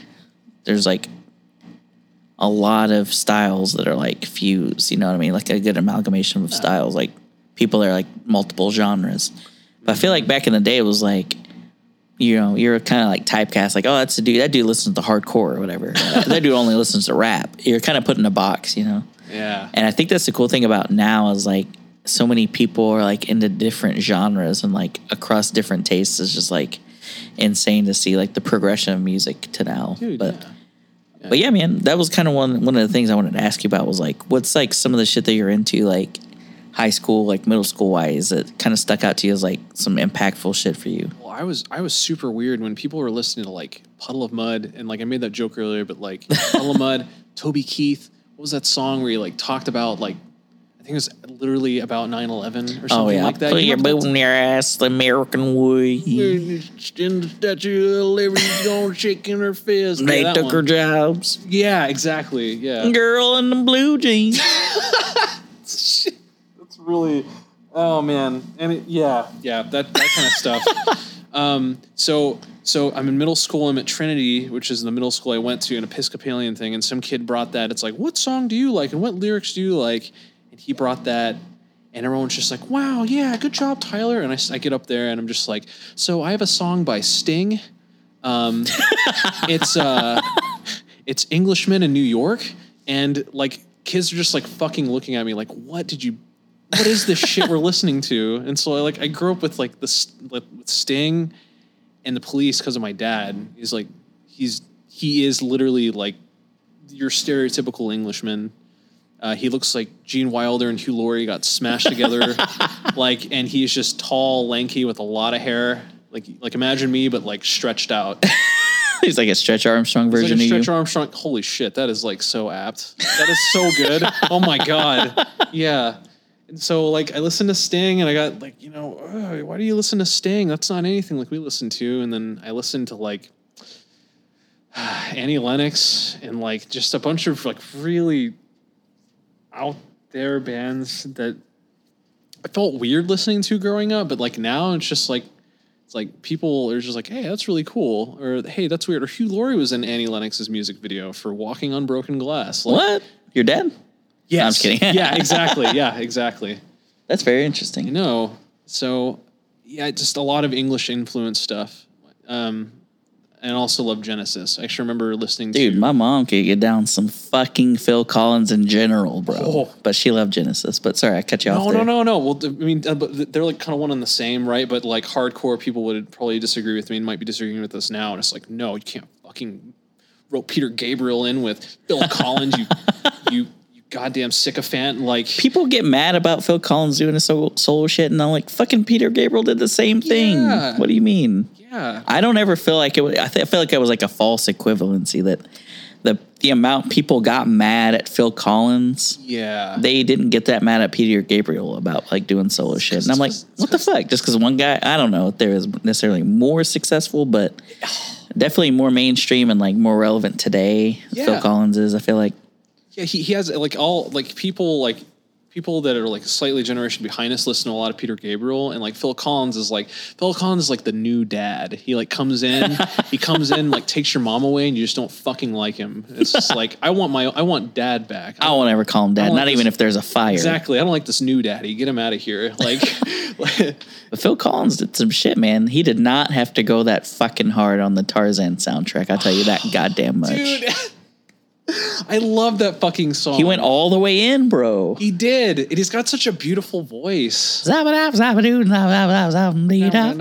[SPEAKER 1] there's like a lot of styles that are like fused. You know what I mean? Like a good amalgamation of styles. Like people that are like multiple genres. But I feel like back in the day, it was like. You know, you're kind of like typecast, like, oh, that's a dude. That dude listens to hardcore or whatever. <laughs> that dude only listens to rap. You're kind of put in a box, you know.
[SPEAKER 2] yeah.
[SPEAKER 1] And I think that's the cool thing about now is like so many people are like into different genres and like across different tastes is just like insane to see like the progression of music to now.
[SPEAKER 2] Dude,
[SPEAKER 1] but
[SPEAKER 2] yeah.
[SPEAKER 1] but yeah, man, that was kind of one one of the things I wanted to ask you about was like what's like some of the shit that you're into like high school like middle school wise that kind of stuck out to you as like some impactful shit for you.
[SPEAKER 2] Well, I was I was super weird when people were listening to like Puddle of Mud and like I made that joke earlier,
[SPEAKER 1] <laughs>
[SPEAKER 2] but like Puddle of Mud, Toby Keith. What was that song where he like talked about like I think it was literally about 9-11 or something
[SPEAKER 1] oh yeah,
[SPEAKER 2] like that.
[SPEAKER 1] put
[SPEAKER 2] You
[SPEAKER 1] your
[SPEAKER 2] remember
[SPEAKER 1] boot in your ass the American way.
[SPEAKER 2] that? in the Statue of Liberty's going shaking her fist.
[SPEAKER 1] They
[SPEAKER 2] yeah, that
[SPEAKER 1] took her
[SPEAKER 2] one.
[SPEAKER 1] jobs.
[SPEAKER 2] Yeah, exactly. Yeah.
[SPEAKER 1] Girl in the blue jeans. <laughs>
[SPEAKER 2] Shit, That's really, oh man, and it, yeah, yeah, that that kind of <laughs> stuff. Um, so so I'm in middle school. I'm at Trinity, which is the middle school I went to, an Episcopalian thing, and some kid brought that. It's like, what song do you like, and what lyrics do you like? And he brought that. And everyone's just like, wow, yeah, good job, Tyler. And I, s- I get up there and I'm just like, so I have a song by Sting. <laughs> Um, it's uh, it's Englishmen in New York, and like kids are just like fucking looking at me like, what did you, what is this shit we're listening to? And so I like I grew up with like this like, with Sting and the Police because of my dad. He's like he's he is literally like your stereotypical Englishman. Uh, he looks like Gene Wilder and Hugh Laurie got smashed together, like, and he's just tall, lanky, with a lot of hair. Like, like imagine me, but like stretched out.
[SPEAKER 1] He's like a Stretch Armstrong
[SPEAKER 2] It's
[SPEAKER 1] version
[SPEAKER 2] like a
[SPEAKER 1] of
[SPEAKER 2] Stretch
[SPEAKER 1] you.
[SPEAKER 2] Armstrong. Holy shit, that is like so apt. That is so good. oh my god. Yeah. And so like I listened to Sting and I got like, you know, "Ugh, why do you listen to Sting? That's not anything like we listen to. And then I listened to like <sighs> Annie Lennox and like just a bunch of like really out there bands that I felt weird listening to growing up, but like now it's just like it's like people are just like, hey, that's really cool, or hey, that's weird. Or Hugh Laurie was in Annie Lennox's music video for "Walking on Broken Glass." Like,
[SPEAKER 1] What? You're dead?
[SPEAKER 2] Yes.
[SPEAKER 1] No, I'm just kidding. <laughs>
[SPEAKER 2] <laughs> yeah, exactly. Yeah, exactly.
[SPEAKER 1] That's very
[SPEAKER 2] You
[SPEAKER 1] interesting.
[SPEAKER 2] know, so yeah, just a lot of English influence stuff, um, and I also love Genesis. I actually remember listening
[SPEAKER 1] Dude,
[SPEAKER 2] to
[SPEAKER 1] my mom could get down some fucking Phil Collins in general, bro.
[SPEAKER 2] Oh.
[SPEAKER 1] But she loved Genesis. But sorry, I cut you off.
[SPEAKER 2] No,
[SPEAKER 1] there.
[SPEAKER 2] no, no, no. Well, th- I mean, uh, but th- they're like kind of one and the same, right? But like hardcore people would probably disagree with me and might be disagreeing with us now. And it's like, no, you can't fucking rope Peter Gabriel in with Bill Collins, you, <laughs> you, you goddamn sycophant. Like,
[SPEAKER 1] People get mad about Phil Collins doing his soul, soul shit, and I'm like, fucking Peter Gabriel did the same thing.
[SPEAKER 2] Yeah.
[SPEAKER 1] What do you mean?
[SPEAKER 2] yeah,
[SPEAKER 1] I don't ever feel like it. Was, I, th- I feel like it was like a false equivalency that the the amount people got mad at Phil Collins.
[SPEAKER 2] yeah,
[SPEAKER 1] they didn't get that mad at Peter Gabriel about like doing solo shit. And I'm like,
[SPEAKER 2] it's 'cause-
[SPEAKER 1] what the fuck? Just because one guy, I don't know if there is necessarily more successful, but definitely more mainstream and like more relevant today. Phil
[SPEAKER 2] Yeah.
[SPEAKER 1] Collins is, I feel like.
[SPEAKER 2] yeah. He, he has like all like people like people that are like slightly generation behind us listen to a lot of Peter Gabriel and like Phil Collins is like Phil Collins is like the new dad. He like comes in, he comes in like takes your mom away and you just don't fucking like him. It's just like I want my I want dad back.
[SPEAKER 1] I won't ever call him dad,
[SPEAKER 2] want
[SPEAKER 1] not even
[SPEAKER 2] this-
[SPEAKER 1] if there's a fire.
[SPEAKER 2] Exactly. I don't like this new daddy. Get him out of here. Like,
[SPEAKER 1] <laughs>
[SPEAKER 2] like,
[SPEAKER 1] But Phil Collins did some shit, man. He did not have
[SPEAKER 2] <sighs>
[SPEAKER 1] to go that fucking hard on the Tarzan soundtrack. I'll tell you that goddamn much.
[SPEAKER 2] dude. I love that fucking song.
[SPEAKER 1] He went all the way in, bro.
[SPEAKER 2] He did. And he's got such a beautiful voice.
[SPEAKER 1] Zabba-dab, zabba-doo, zabba-dab, zabba-dee-da.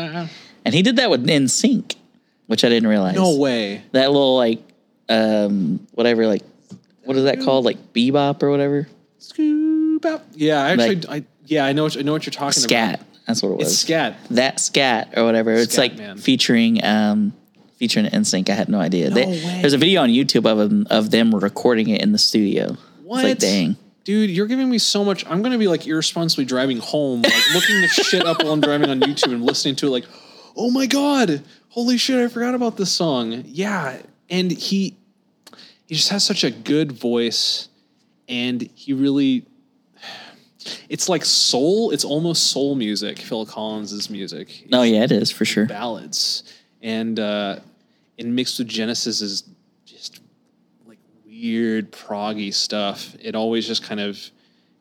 [SPEAKER 1] And he did that with In Sync, which I didn't realize.
[SPEAKER 2] No way.
[SPEAKER 1] That little like um whatever like what is that called? Like bebop or whatever?
[SPEAKER 2] Scoop up. Yeah, I actually,
[SPEAKER 1] Like-
[SPEAKER 2] I, yeah, I know, what, I know what you're talking about.
[SPEAKER 1] Scat. That's what it was.
[SPEAKER 2] It's scat.
[SPEAKER 1] that scat or whatever. it's
[SPEAKER 2] Scat
[SPEAKER 1] like
[SPEAKER 2] Man.
[SPEAKER 1] featuring um featuring NSYNC. I had no idea. They-
[SPEAKER 2] way.
[SPEAKER 1] There's a video on YouTube of them of them recording it in the studio.
[SPEAKER 2] What?
[SPEAKER 1] It's like dang.
[SPEAKER 2] Dude, you're giving me so much. I'm going to be like irresponsibly driving home, like looking this shit up while I'm driving on YouTube and listening to it, like, oh my God, holy shit, I forgot about this song. Yeah. And he, he just has such a good voice and he really, it's like soul. It's almost soul music, Phil Collins's music.
[SPEAKER 1] Oh yeah, it is for sure.
[SPEAKER 2] ballads and uh and mixed with genesis is just like weird proggy stuff it always just kind of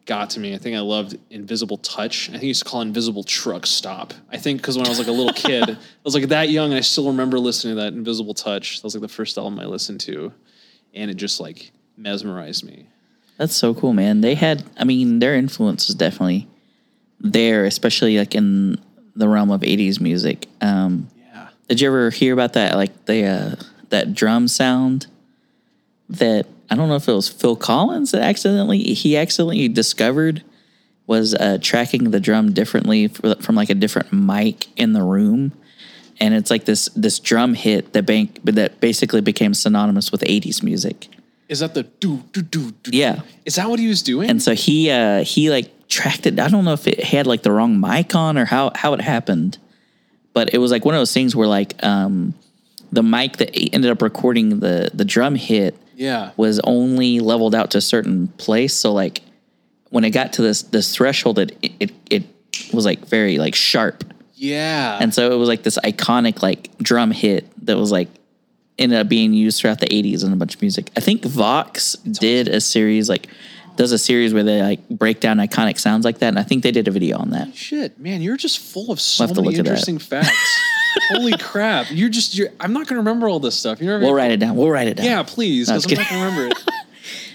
[SPEAKER 2] got to me i think i loved invisible touch i think I used to call it invisible truck stop i think because when i was like a <laughs> little kid i was like that young and i still remember listening to that invisible touch that was like the first album i listened to and it just like mesmerized me
[SPEAKER 1] That's so cool, man. They had I mean, their influence was definitely there, especially like in the realm of 80s music. Um
[SPEAKER 2] yeah
[SPEAKER 1] Did you ever hear about that? Like the uh, that drum sound that I don't know if it was Phil Collins that accidentally he accidentally discovered was uh, tracking the drum differently for, from like a different mic in the room, and it's like this this drum hit that bank that basically became synonymous with '80s music.
[SPEAKER 2] is that the do do do do
[SPEAKER 1] Yeah.
[SPEAKER 2] is that what he was doing
[SPEAKER 1] And so he uh he like tracked it. I don't know if it had like the wrong mic on or how how it happened, but it was like one of those things where like um the mic that e-, ended up recording the the drum hit
[SPEAKER 2] yeah
[SPEAKER 1] was only leveled out to a certain place. So like when it got to this this threshold, it it it was like very like sharp,
[SPEAKER 2] yeah
[SPEAKER 1] and so it was like this iconic like drum hit that was like ended up being used throughout the 80s in a bunch of music. I think Vox did a series like does a series where they like break down iconic sounds like that and I think they did a video on that.
[SPEAKER 2] Shit, man, you're just full of so
[SPEAKER 1] We'll have to
[SPEAKER 2] many
[SPEAKER 1] look at that. <laughs>
[SPEAKER 2] interesting facts. Holy crap! You're just you're. I'm not gonna remember all this stuff. You're.
[SPEAKER 1] We'll write it down. We'll write it down.
[SPEAKER 2] yeah, please, because
[SPEAKER 1] No,
[SPEAKER 2] I'm
[SPEAKER 1] just
[SPEAKER 2] not gonna remember it.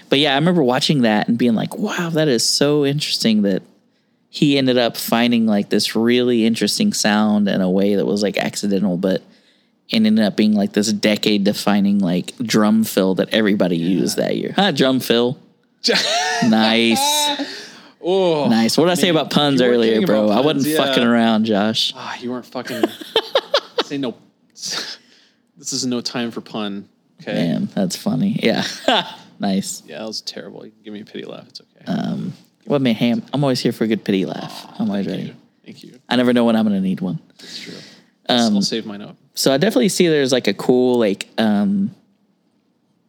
[SPEAKER 1] But yeah, I remember watching that and being like, "Wow, that is so interesting that he ended up finding like this really interesting sound in a way that was like accidental but it ended up being like this decade defining like drum fill that everybody used that year. Huh, drum
[SPEAKER 2] <laughs>
[SPEAKER 1] fill. nice. <laughs>
[SPEAKER 2] Oh,
[SPEAKER 1] Nice. What did I say
[SPEAKER 2] man.
[SPEAKER 1] about puns
[SPEAKER 2] You were
[SPEAKER 1] earlier,
[SPEAKER 2] kidding
[SPEAKER 1] bro?
[SPEAKER 2] about
[SPEAKER 1] I wasn't
[SPEAKER 2] puns, yeah.
[SPEAKER 1] fucking around, Josh.
[SPEAKER 2] Ah, you weren't fucking. say no. <laughs> This is no time for pun. Okay.
[SPEAKER 1] Damn, that's funny. Yeah. <laughs> nice. Um,
[SPEAKER 2] Yeah, that was terrible. You can give me a pity laugh. It's okay.
[SPEAKER 1] Uh, What man, ham? I'm always here for a good pity laugh. I'm always ready.
[SPEAKER 2] Thank you.
[SPEAKER 1] I never know when I'm gonna need one.
[SPEAKER 2] It's true.
[SPEAKER 1] Um,
[SPEAKER 2] I'll save mine up.
[SPEAKER 1] So I definitely see there's like a cool like um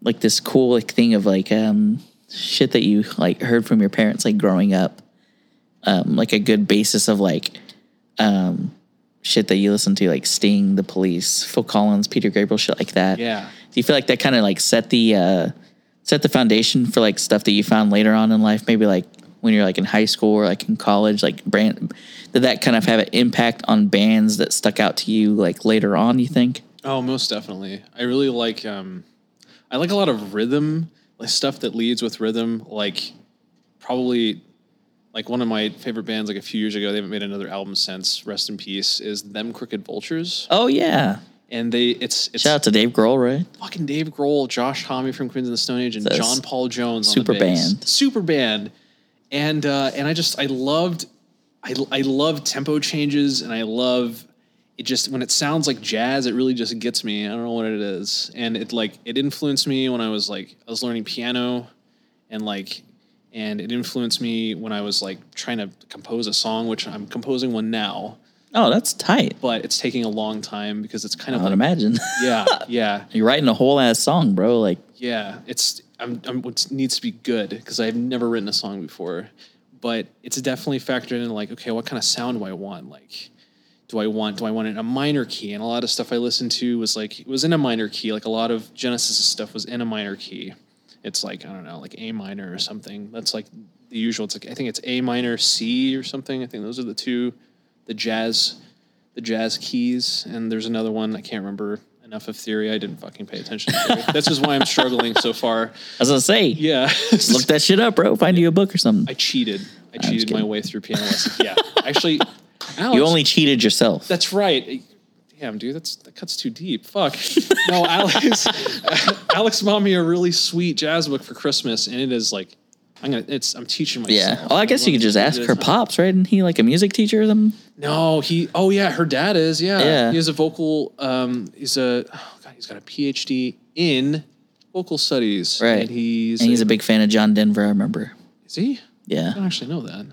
[SPEAKER 1] like this cool like thing of like um shit that you like heard from your parents like growing up. Um like a good basis of like um shit that you listen to like Sting, The Police, Phil Collins, Peter Gabriel shit like that.
[SPEAKER 2] Yeah.
[SPEAKER 1] Do you feel like that kind of like set the uh, set the foundation for like stuff that you found later on in life? Maybe like when you're like in high school or like in college, like brand did that kind of have an impact on bands that stuck out to you like later on? You think?
[SPEAKER 2] Oh, most definitely. I really like um I like a lot of rhythm, like stuff that leads with rhythm, like probably like one of my favorite bands like a few years ago, they haven't made another album since, rest in peace, is Them Crooked Vultures.
[SPEAKER 1] Oh yeah!
[SPEAKER 2] And they it's it's
[SPEAKER 1] Shout out to Dave Grohl, right?
[SPEAKER 2] fucking Dave Grohl, Josh Homme from Queens of the Stone Age, and
[SPEAKER 1] This
[SPEAKER 2] John Paul Jones.
[SPEAKER 1] super
[SPEAKER 2] on the bass.
[SPEAKER 1] band.
[SPEAKER 2] super band, and uh, and I just I loved, I I love tempo changes, and I love it. Just when it sounds like jazz, it really just gets me. I don't know what it is, and it like it influenced me when I was like I was learning piano, and like. And it influenced me when I was like trying to compose a song, which I'm composing one now,
[SPEAKER 1] Oh, that's tight.
[SPEAKER 2] but it's taking a long time because it's kind
[SPEAKER 1] I
[SPEAKER 2] of
[SPEAKER 1] would
[SPEAKER 2] like,
[SPEAKER 1] imagine <laughs>
[SPEAKER 2] yeah, yeah.
[SPEAKER 1] you're writing a whole ass song, bro. Like
[SPEAKER 2] Yeah, it's I'm, I'm it needs to be good because I've never written a song before, but it's definitely factored in like okay, what kind of sound do I want? Like, do I want do I want it in a minor key? And a lot of stuff I listened to was like it was in a minor key. Like a lot of Genesis stuff was in a minor key. It's like I don't know, like A minor or something. That's like the usual. It's like I think it's A minor C or something. I think those are the two, the jazz, the jazz keys, and there's another one I can't remember. enough of theory. I didn't fucking pay attention. To theory. That's just why I'm struggling so far. <laughs>
[SPEAKER 1] As I say,
[SPEAKER 2] Yeah,
[SPEAKER 1] look that shit up, bro. Find you a book or something.
[SPEAKER 2] <laughs> I cheated. I
[SPEAKER 1] just
[SPEAKER 2] cheated my
[SPEAKER 1] kidding.
[SPEAKER 2] way through piano lessons. Yeah,
[SPEAKER 1] <laughs>
[SPEAKER 2] actually, Alex,
[SPEAKER 1] you only cheated yourself.
[SPEAKER 2] That's right. Damn, dude, that's that cuts too
[SPEAKER 1] <laughs>
[SPEAKER 2] deep. Fuck. No, Alex. <laughs> Alex bought me a really sweet jazz book for Christmas, and it is like, I'm gonna. It's I'm teaching myself.
[SPEAKER 1] yeah. Well, I guess you could just ask her pops, right? Isn't he like a music teacher or something?
[SPEAKER 2] No, he. Oh yeah, her dad is. Yeah,
[SPEAKER 1] Yeah.
[SPEAKER 2] He is a vocal. Um, he's a. Oh god, he's got a PhD in vocal studies.
[SPEAKER 1] Right.
[SPEAKER 2] And he's.
[SPEAKER 1] And he's a big fan of John Denver, I remember.
[SPEAKER 2] Is he? I don't
[SPEAKER 1] Yeah.
[SPEAKER 2] actually know that.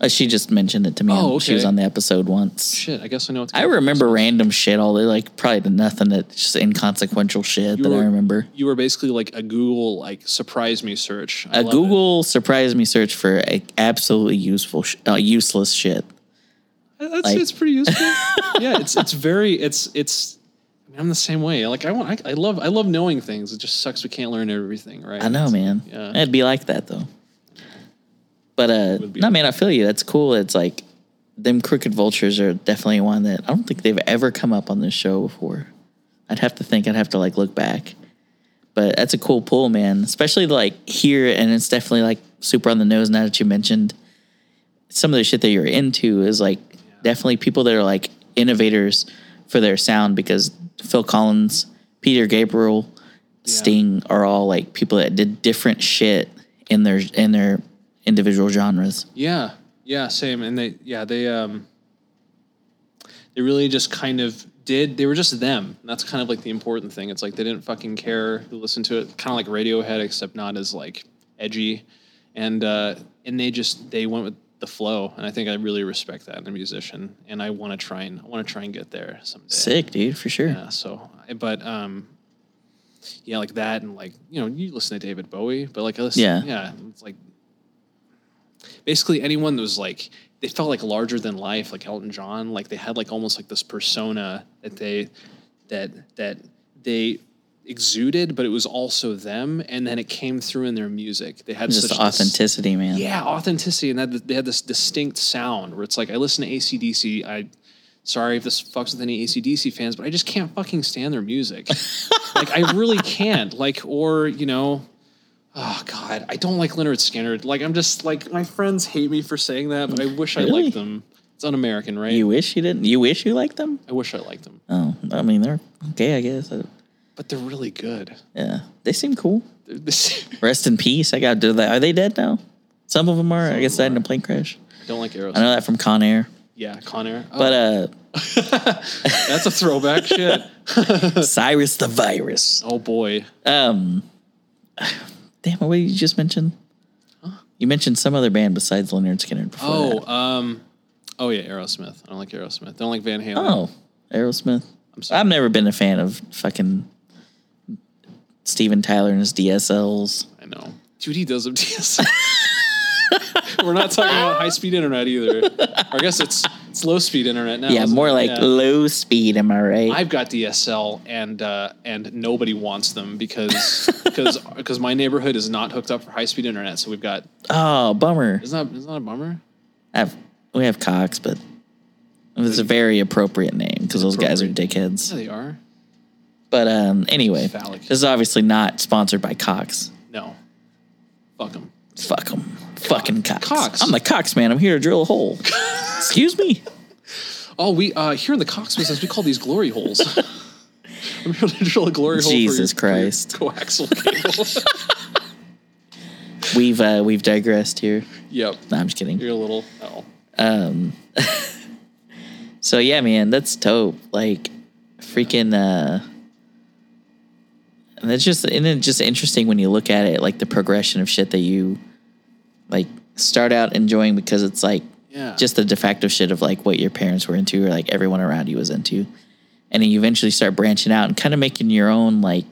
[SPEAKER 1] Uh, She just mentioned it to me.
[SPEAKER 2] Oh,
[SPEAKER 1] and She was
[SPEAKER 2] okay.
[SPEAKER 1] on the episode once.
[SPEAKER 2] Shit, I guess I know it's.
[SPEAKER 1] I remember random shit, all the like probably nothing that just inconsequential shit that I
[SPEAKER 2] were-
[SPEAKER 1] remember.
[SPEAKER 2] You were basically like a Google like surprise me search. I
[SPEAKER 1] A
[SPEAKER 2] love it.
[SPEAKER 1] Google surprised me search for a absolutely useful, sh- uh, useless shit.
[SPEAKER 2] Uh, That's
[SPEAKER 1] Like-
[SPEAKER 2] it's
[SPEAKER 1] <laughs>
[SPEAKER 2] pretty useful. yeah, it's it's very it's it's. I mean, I'm the same way. Like I want, I, I love, I love knowing things. It just sucks we can't learn everything, right?
[SPEAKER 1] I know, man.
[SPEAKER 2] yeah.
[SPEAKER 1] It'd be like that though. But uh,
[SPEAKER 2] Would be
[SPEAKER 1] no,
[SPEAKER 2] like-
[SPEAKER 1] man, I feel you. That's cool. It's like them crooked vultures are definitely one that I don't think they've ever come up on this show before. I'd have to think. I'd have to like look back. But that's a cool pull, man. Especially like here, and it's definitely like super on the nose. Now that you mentioned some of the shit that you're into is like definitely people that are like innovators for their sound because Phil Collins, Peter Gabriel, Sting are all like people that did different shit in their in their individual genres.
[SPEAKER 2] Yeah, yeah, same. And they, yeah, they, um, they really just kind of did. They were just them. And that's kind of like the important thing. It's like they didn't fucking care who listened to it. Kind of like Radiohead, except not as like edgy. And uh, and they just they went with the flow. And I think I really respect that in a musician. And I want to try and I want to try and get there someday.
[SPEAKER 1] Sick, dude, for sure.
[SPEAKER 2] Yeah. So, I- but um, yeah, like that, and like you know, you listen to David Bowie, but like I listen,
[SPEAKER 1] Yeah.
[SPEAKER 2] yeah, it's like basically anyone that was like they felt like larger than life, like Elton John, like they had like almost like this persona that they that that they exuded, but it was also them, and then it came through in their music. They had
[SPEAKER 1] Just
[SPEAKER 2] such
[SPEAKER 1] the
[SPEAKER 2] this-
[SPEAKER 1] authenticity, man.
[SPEAKER 2] yeah, authenticity, and that they had this distinct sound where it's like I listen to ACDC. I sorry if this fucks with any ACDC fans, but I just can't fucking stand
[SPEAKER 1] <laughs>
[SPEAKER 2] their music. like I really can't. Like or you know, oh god, I don't like Leonard Skinner. Like I'm just like my friends hate me for saying that, but I wish I
[SPEAKER 1] Really?
[SPEAKER 2] liked them. It's un-American, right?
[SPEAKER 1] You wish you didn't. You wish you liked them.
[SPEAKER 2] I wish I liked them,
[SPEAKER 1] Oh, I mean, they're okay, I guess. Uh,
[SPEAKER 2] but they're really good.
[SPEAKER 1] Yeah, they seem cool.
[SPEAKER 2] They're- <laughs> this-
[SPEAKER 1] Rest in peace. I got to do that. Are they dead now? Some of them are. I guess died in a plane crash.
[SPEAKER 2] I don't like
[SPEAKER 1] I
[SPEAKER 2] Aerosmith.
[SPEAKER 1] know that from Con Air.
[SPEAKER 2] Yeah, Conair. Oh,
[SPEAKER 1] But uh,
[SPEAKER 2] <laughs> that's
[SPEAKER 1] <laughs>
[SPEAKER 2] a throwback. Shit.
[SPEAKER 1] Cyrus the Virus.
[SPEAKER 2] Oh boy.
[SPEAKER 1] Um, damn, what did you just mention? You mentioned some other band besides Leonard Skinner before.
[SPEAKER 2] Oh,
[SPEAKER 1] that.
[SPEAKER 2] um, oh yeah, Aerosmith. I don't like Aerosmith. I don't like Van Halen.
[SPEAKER 1] oh, Aerosmith.
[SPEAKER 2] I'm sorry.
[SPEAKER 1] I've never been a fan of fucking Steven Tyler and his DSLs.
[SPEAKER 2] I know. Dude, he does MTS. <laughs> We're not talking about high speed internet either. Or I guess it's it's low speed internet now.
[SPEAKER 1] yeah,
[SPEAKER 2] isn't
[SPEAKER 1] more
[SPEAKER 2] it?
[SPEAKER 1] like
[SPEAKER 2] Yeah.
[SPEAKER 1] low speed. Am I right?
[SPEAKER 2] I've got DSL and uh, and nobody wants
[SPEAKER 1] <laughs>
[SPEAKER 2] them because because because my neighborhood is not hooked up for high speed internet. So we've got
[SPEAKER 1] oh, bummer.
[SPEAKER 2] isn't that isn't that a bummer?
[SPEAKER 1] I've, we have Cox, but it's a very appropriate name because those guys are
[SPEAKER 2] Yeah,
[SPEAKER 1] dickheads.
[SPEAKER 2] they are.
[SPEAKER 1] But um, anyway,
[SPEAKER 2] Phallic.
[SPEAKER 1] this is obviously not sponsored by Cox.
[SPEAKER 2] No, fuck them.
[SPEAKER 1] Fuck them. Fucking Cox.
[SPEAKER 2] Cox.
[SPEAKER 1] I'm the Cox man. I'm here to drill a
[SPEAKER 2] <laughs>
[SPEAKER 1] hole. Excuse me.
[SPEAKER 2] Oh, we uh, here in the Cox business, we call these glory holes. <laughs> I'm here to drill a glory hole.
[SPEAKER 1] Jesus
[SPEAKER 2] for your,
[SPEAKER 1] Christ.
[SPEAKER 2] for your coaxial cable. <laughs>
[SPEAKER 1] We've uh, we've digressed here.
[SPEAKER 2] yep,
[SPEAKER 1] No, I'm just kidding.
[SPEAKER 2] you're a little. Oh,
[SPEAKER 1] So yeah, man, that's dope. Like, freaking. uh and that's just and it's just interesting when you look at it, like the progression of shit that you like start out enjoying because it's like
[SPEAKER 2] yeah.
[SPEAKER 1] just the de facto shit of like what your parents were into or like everyone around you was into. And then you eventually start branching out and kind of making your own like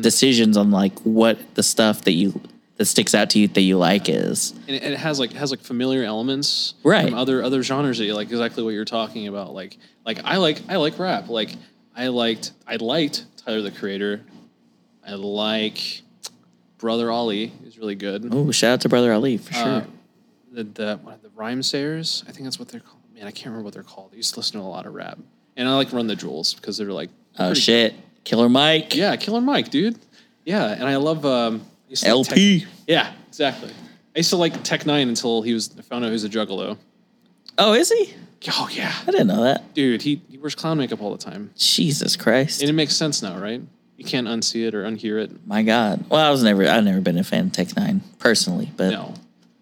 [SPEAKER 1] decisions on like what the stuff that you that sticks out to you that you like is.
[SPEAKER 2] and it, and it has like has like familiar elements
[SPEAKER 1] Right.
[SPEAKER 2] from other other genres that you like exactly what you're talking about like like i like i like rap like i liked i liked tyler the creator i like brother ollie is really good
[SPEAKER 1] Oh, shout out to Brother Ali for sure.
[SPEAKER 2] Uh, the the, what are the rhyme sayers i think that's what they're called man i can't remember what they're called i used to listen to a lot of rap and i like run the jewels because they're like
[SPEAKER 1] Oh shit, Killer Mike,
[SPEAKER 2] Yeah, Killer Mike, dude. Yeah, and I love um, I used to like
[SPEAKER 1] LP.
[SPEAKER 2] Tech- yeah, exactly. I used to like Tech Nine until he was I found out he was a juggalo.
[SPEAKER 1] Oh, is he?
[SPEAKER 2] Oh yeah,
[SPEAKER 1] I didn't know that.
[SPEAKER 2] dude. He he wears clown makeup all the time,
[SPEAKER 1] Jesus Christ.
[SPEAKER 2] and it makes sense now, right? You can't unsee it or unhear it.
[SPEAKER 1] My God. Well, I was never. I've never been a fan of Tech Nine personally, but
[SPEAKER 2] No,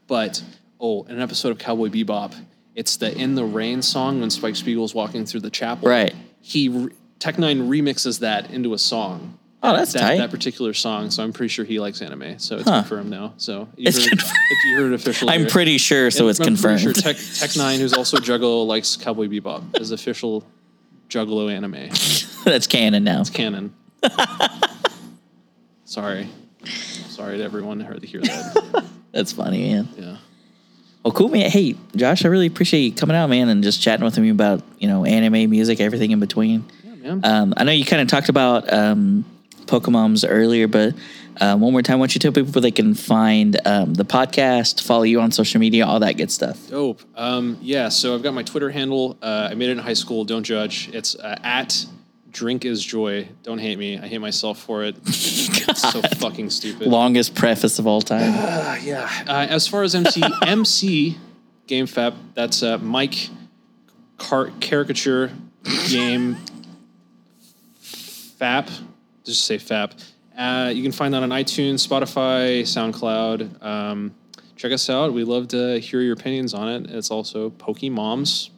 [SPEAKER 2] but oh, in an episode of Cowboy Bebop, it's the "In the Rain" song when Spike Spiegel's walking through the chapel.
[SPEAKER 1] right.
[SPEAKER 2] He re- Tech Nine remixes that into a song.
[SPEAKER 1] Oh, that's
[SPEAKER 2] that,
[SPEAKER 1] tight.
[SPEAKER 2] that particular song, so I'm pretty sure he likes anime. So it's
[SPEAKER 1] Huh.
[SPEAKER 2] confirmed now. So you
[SPEAKER 1] It's
[SPEAKER 2] heard,
[SPEAKER 1] confirmed.
[SPEAKER 2] if you heard it officially.
[SPEAKER 1] I'm
[SPEAKER 2] here.
[SPEAKER 1] pretty sure, so
[SPEAKER 2] And
[SPEAKER 1] it's <laughs>
[SPEAKER 2] I'm pretty
[SPEAKER 1] confirmed.
[SPEAKER 2] Sure Tech, Tech Nine, who's also Juggalo, likes Cowboy Bebop as official Juggalo anime
[SPEAKER 1] That's canon now. <laughs>
[SPEAKER 2] canon. Sorry, sorry to everyone who heard to hear that.
[SPEAKER 1] That's funny, man.
[SPEAKER 2] Yeah,
[SPEAKER 1] Well, cool, man. Hey, Josh, I really appreciate you coming out, man, and just chatting with me about you know anime, music, everything in between.
[SPEAKER 2] yeah, man.
[SPEAKER 1] Um, I know you kind of talked about um, Pokemon's earlier, but uh, one more time, why don't you tell people where they can find um, the podcast, follow you on social media, all that good stuff.
[SPEAKER 2] Dope. Um, yeah, so I've got my Twitter handle. Uh, I made it in high school. Don't judge. It's uh, at drink is joy. Don't hate me. I hate myself for it. It's so fucking stupid.
[SPEAKER 1] Longest preface of all time.
[SPEAKER 2] yeah. Uh, as far as <laughs> MC MC GameFab, that's uh, Mike Car- Caricature Game <laughs> Fap. Just say Fap. Uh, you can find that on iTunes, Spotify, SoundCloud. Um, check us out. We love to hear your opinions on it. It's also Pokemoms.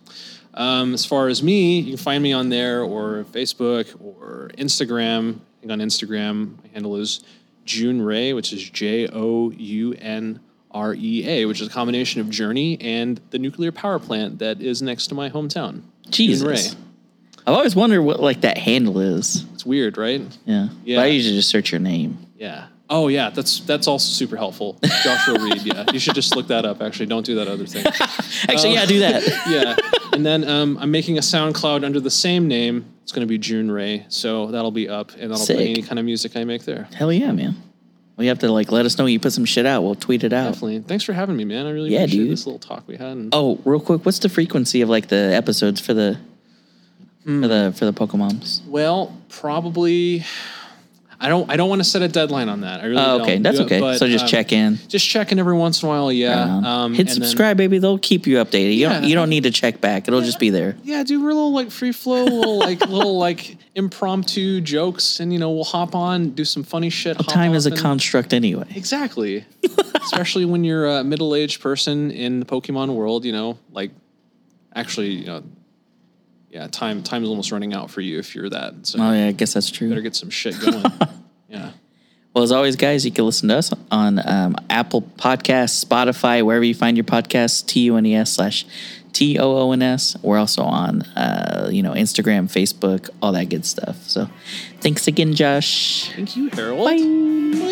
[SPEAKER 2] Um, as far as me, you can find me on there or Facebook or Instagram. I think on Instagram, my handle is June Ray, which is J O U N R E A, which is a combination of Journey and the nuclear power plant that is next to my hometown. June Ray.
[SPEAKER 1] Jesus. I've always wondered what like that handle is.
[SPEAKER 2] It's weird, right?
[SPEAKER 1] Yeah.
[SPEAKER 2] Yeah.
[SPEAKER 1] But I usually just search your name.
[SPEAKER 2] Yeah. Oh yeah, that's that's also super helpful. Joshua Reed, yeah. You should just look that up actually. Don't do that other thing.
[SPEAKER 1] Actually,
[SPEAKER 2] Oh.
[SPEAKER 1] yeah, do that.
[SPEAKER 2] yeah. And then um, I'm making a SoundCloud under the same name. It's going to be June Ray. So that'll be up and that'll
[SPEAKER 1] Sick.
[SPEAKER 2] play any kind of music I make there.
[SPEAKER 1] <laughs> Hell yeah, man. We have to like let us know you put some shit out. We'll tweet it out.
[SPEAKER 2] Definitely. Thanks for having me, man. I really
[SPEAKER 1] Yeah,
[SPEAKER 2] appreciate
[SPEAKER 1] dude.
[SPEAKER 2] this little talk we had. And
[SPEAKER 1] Oh, real quick, what's the frequency of like the episodes for the
[SPEAKER 2] Hmm.
[SPEAKER 1] for the for the Pokemon's?
[SPEAKER 2] Well, probably. I don't. I don't want to set a deadline on that. I really
[SPEAKER 1] Oh,
[SPEAKER 2] don't.
[SPEAKER 1] okay, that's
[SPEAKER 2] Yeah,
[SPEAKER 1] okay.
[SPEAKER 2] but,
[SPEAKER 1] so just
[SPEAKER 2] um,
[SPEAKER 1] check in.
[SPEAKER 2] Just checking every once in a while. Yeah.
[SPEAKER 1] Um,
[SPEAKER 2] um,
[SPEAKER 1] hit
[SPEAKER 2] and then-
[SPEAKER 1] subscribe, baby. They'll keep you updated. You don't
[SPEAKER 2] Yeah.
[SPEAKER 1] you don't need to check back. It'll just be there.
[SPEAKER 2] yeah, dude, we're a little like free flow, little like <laughs> little like impromptu jokes, and you know we'll hop on, do some funny shit. hop
[SPEAKER 1] Time is a
[SPEAKER 2] off, and-
[SPEAKER 1] construct anyway.
[SPEAKER 2] Exactly. Especially when you're a middle aged person in the Pokemon world, you know, like actually, you know, yeah, time time is almost running out for you if you're that. So
[SPEAKER 1] Oh
[SPEAKER 2] you
[SPEAKER 1] yeah, I guess that's
[SPEAKER 2] better
[SPEAKER 1] true.
[SPEAKER 2] get some shit going. yeah.
[SPEAKER 1] Well, as always, guys, you can listen to us on um, Apple Podcasts, Spotify, wherever you find your podcasts. T U N E S slash T O O N S. We're also on uh, you know Instagram, Facebook, all that good stuff. So, thanks again, Josh.
[SPEAKER 2] Thank you, Harold.
[SPEAKER 1] Bye.